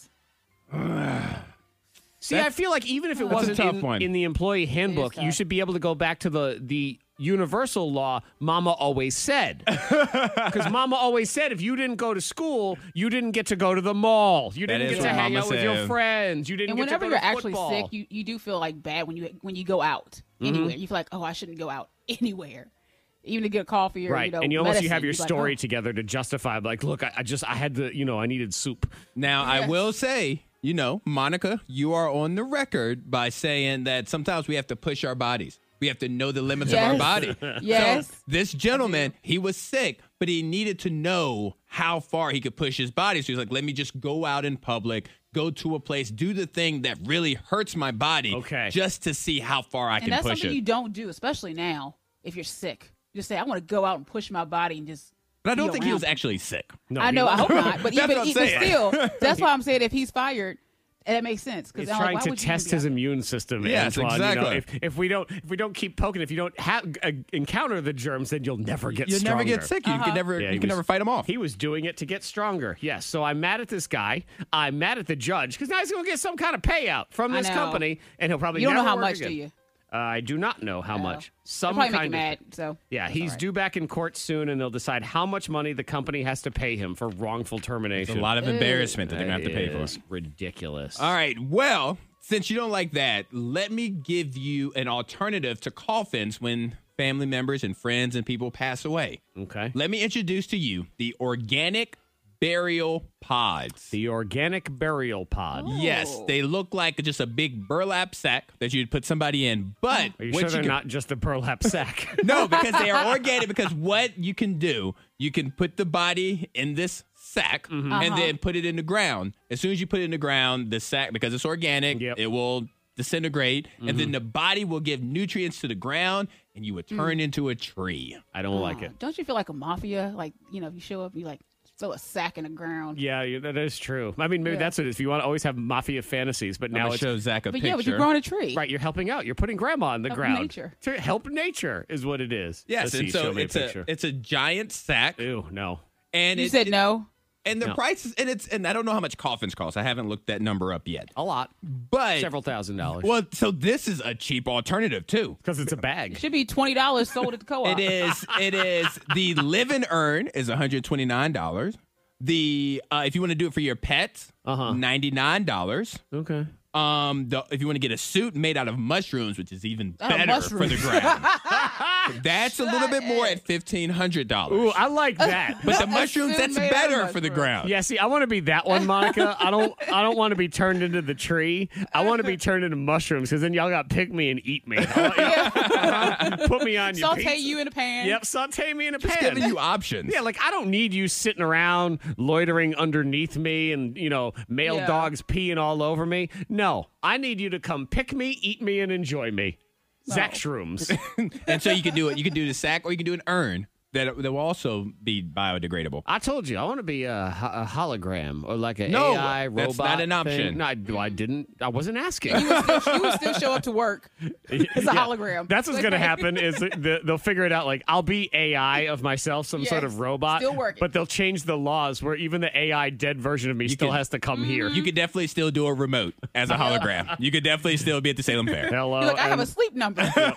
Speaker 1: See, I feel like even if it
Speaker 3: That's a
Speaker 1: wasn't
Speaker 3: tough
Speaker 1: in,
Speaker 3: one.
Speaker 1: in the employee handbook, you should be able to go back to the the universal law mama always said. Cuz mama always said if you didn't go to school, you didn't get to go to the mall. You
Speaker 2: That
Speaker 1: didn't
Speaker 2: is
Speaker 1: get to
Speaker 2: what
Speaker 1: hang
Speaker 2: Mama
Speaker 1: out with your
Speaker 2: said.
Speaker 1: friends. You didn't
Speaker 3: And
Speaker 1: get to
Speaker 3: whenever
Speaker 1: go
Speaker 3: you're
Speaker 1: to
Speaker 3: actually
Speaker 1: football.
Speaker 3: sick, you, you do feel like bad when you when you go out
Speaker 2: Mm-hmm.
Speaker 1: Mhm.
Speaker 3: anywhere. You feel like, oh, I shouldn't go out anywhere, even to get a coffee or
Speaker 1: right
Speaker 3: you know,
Speaker 1: and you almost you
Speaker 3: medicine.
Speaker 1: have your
Speaker 3: You're like, "Oh."
Speaker 1: story together to justify like look I, I just i had the you know i needed soup
Speaker 2: Now, I will say, you know, Monica, you are on the record by saying that sometimes we have to push our bodies. We have to know the limits of our
Speaker 3: Yes.
Speaker 2: body.
Speaker 3: Yes.
Speaker 2: So this gentleman, he was sick, but he needed to know how far he could push his body. So he's like, let me just go out in public, go to a place, do the thing that really hurts my body. Okay. Just to see how far I
Speaker 3: and
Speaker 2: can
Speaker 3: that's
Speaker 2: push
Speaker 3: something
Speaker 2: it.
Speaker 3: you don't do, especially now if you're sick. You just say, I want to go out and push my body and just.
Speaker 2: but I don't
Speaker 3: be
Speaker 2: think he was
Speaker 3: around."
Speaker 2: actually sick.
Speaker 3: I know. I hope not. But
Speaker 2: That's
Speaker 3: even,
Speaker 2: what I'm
Speaker 3: even
Speaker 2: saying.
Speaker 3: still, that's why I'm saying if he's fired, that makes sense because
Speaker 1: He's
Speaker 3: I'm
Speaker 1: trying
Speaker 3: like, why
Speaker 1: to
Speaker 3: would you even
Speaker 1: test
Speaker 3: be
Speaker 1: his immune system.
Speaker 2: Yes,
Speaker 1: Antoine. You know,
Speaker 2: exactly.
Speaker 1: if, if we don't, if we don't keep poking, if you don't ha- uh, encounter the germs, then you'll never get.
Speaker 2: You'll never
Speaker 1: stronger.
Speaker 2: get sick. You can Uh-huh. never-
Speaker 1: he
Speaker 2: you can never fight 'em off.
Speaker 1: He was doing it to get stronger. Yes. So I'm mad at this guy. I'm mad at the judge because now he's going to get some kind of payout from
Speaker 3: I
Speaker 1: this
Speaker 3: know.
Speaker 1: company, and he'll probably
Speaker 3: You don't know
Speaker 1: never
Speaker 3: how
Speaker 1: work
Speaker 3: much,
Speaker 1: again.
Speaker 3: do you?
Speaker 1: Uh, I do not know how much.
Speaker 3: They'll
Speaker 1: Some
Speaker 3: probably make
Speaker 1: kind
Speaker 3: you
Speaker 1: of
Speaker 3: mad. So
Speaker 1: Yeah, he's due back in court soon, and they'll decide how much money the company has to pay him for wrongful termination.
Speaker 2: It's a lot of embarrassment that they're gonna have to pay for.
Speaker 1: It's ridiculous.
Speaker 2: All right. Well, since you don't like that, let me give you an alternative to coffins when family members and friends and people pass away.
Speaker 1: Okay.
Speaker 2: Let me introduce to you the organic burial pods.
Speaker 1: The organic burial pod.
Speaker 2: Yes, they look like just a big burlap sack that you'd put somebody in. But
Speaker 1: Are you
Speaker 2: what
Speaker 1: sure they're
Speaker 2: can-
Speaker 1: not just a burlap sack?
Speaker 2: No, because they are organic. Because what you can do, you can put the body in this sack and
Speaker 1: Uh-huh.
Speaker 2: then put it in the ground. As soon as you put it in the ground, the sack, because it's organic, it will disintegrate, and
Speaker 1: Mm-hmm.
Speaker 2: then the body will give nutrients to the ground, and you would turn into a tree.
Speaker 1: Mm. I don't like it.
Speaker 3: don't you feel like a mafia? Like you know, if you show up, you like throw a sack in the ground.
Speaker 1: Yeah, you- that is true. I mean, maybe
Speaker 3: Yeah.
Speaker 1: that's what it is. If you want to always have mafia fantasies, but now
Speaker 2: gonna
Speaker 1: it's
Speaker 2: show Zach a
Speaker 3: But yeah, but you're growing a tree.
Speaker 1: Right, you're helping out. You're putting grandma on the
Speaker 3: Help
Speaker 1: ground.
Speaker 3: nature.
Speaker 1: To help nature is what it is.
Speaker 2: Yes,
Speaker 1: Let's
Speaker 2: and
Speaker 1: see,
Speaker 2: so
Speaker 1: show me
Speaker 2: it's
Speaker 1: a
Speaker 2: a,
Speaker 1: picture.
Speaker 2: it's a giant sack.
Speaker 1: Ew, no.
Speaker 2: And
Speaker 3: You
Speaker 2: it-
Speaker 3: said
Speaker 2: it-
Speaker 3: no.
Speaker 2: And the
Speaker 1: No.
Speaker 2: prices, and it's, and I don't know how much coffins cost. I haven't looked that number up yet.
Speaker 1: A lot,
Speaker 2: but
Speaker 1: several thousand dollars.
Speaker 2: Well, so this is a cheap alternative too,
Speaker 1: because it's a bag.
Speaker 3: It should be twenty dollars sold at the co-op.
Speaker 2: It is. It is. The live and earn is one hundred twenty nine dollars. The uh, if you want to do it for your pets, uh-huh. ninety nine dollars.
Speaker 1: Okay.
Speaker 2: Um, the, if you want to get a suit made out of mushrooms, which is even
Speaker 3: Oh,
Speaker 1: Out of
Speaker 2: better for the
Speaker 1: Oh, mushrooms.
Speaker 2: ground, that's a little bit more at fifteen hundred dollars.
Speaker 1: Ooh, I like that.
Speaker 2: But the mushrooms, that's better for the ground.
Speaker 1: Yeah, see, I want to be that one, Monica. I don't, I don't want to be turned into the tree. I want to be turned into mushrooms because then y'all got pick me and eat me. I want- Put me on your
Speaker 3: Saute
Speaker 1: pizza.
Speaker 3: you in a pan.
Speaker 1: Yep, saute me in a
Speaker 2: Just
Speaker 1: pan.
Speaker 2: giving you options.
Speaker 1: Yeah, like I don't need you sitting around loitering underneath me and, you know, male
Speaker 3: Yeah.
Speaker 1: dogs peeing all over me. No, I need you to come pick me, eat me, and enjoy me. Zach Shrooms.
Speaker 2: and so you can do it. You can do the sack, or you can do an urn that that will also be biodegradable.
Speaker 1: I told you I want to be a, ho- a hologram or like a
Speaker 2: No,
Speaker 1: AI robot.
Speaker 2: that's not an
Speaker 1: thing.
Speaker 2: option.
Speaker 1: No, I, no, I didn't. I wasn't asking.
Speaker 3: You would still show up to work. It's a hologram.
Speaker 1: That's what's going to
Speaker 3: Okay.
Speaker 1: happen is the, they'll figure it out. Like I'll be AI of myself, some sort of
Speaker 3: Yes,
Speaker 1: robot.
Speaker 3: still working.
Speaker 1: But they'll change the laws where even the AI dead version of me still
Speaker 2: could-
Speaker 1: has to come here.
Speaker 3: Mm-hmm.
Speaker 2: You could definitely still do a remote as a hologram. you could definitely still be at the Salem Fair.
Speaker 1: Hello.
Speaker 3: You're like, I have a
Speaker 1: and- Oh
Speaker 3: sleep number.
Speaker 1: They're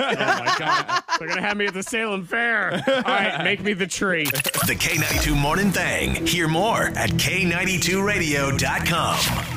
Speaker 1: gonna have me at the Salem Fair. All right, make me the tree.
Speaker 12: The K92 Morning Thing. Hear more at K92Radio.com.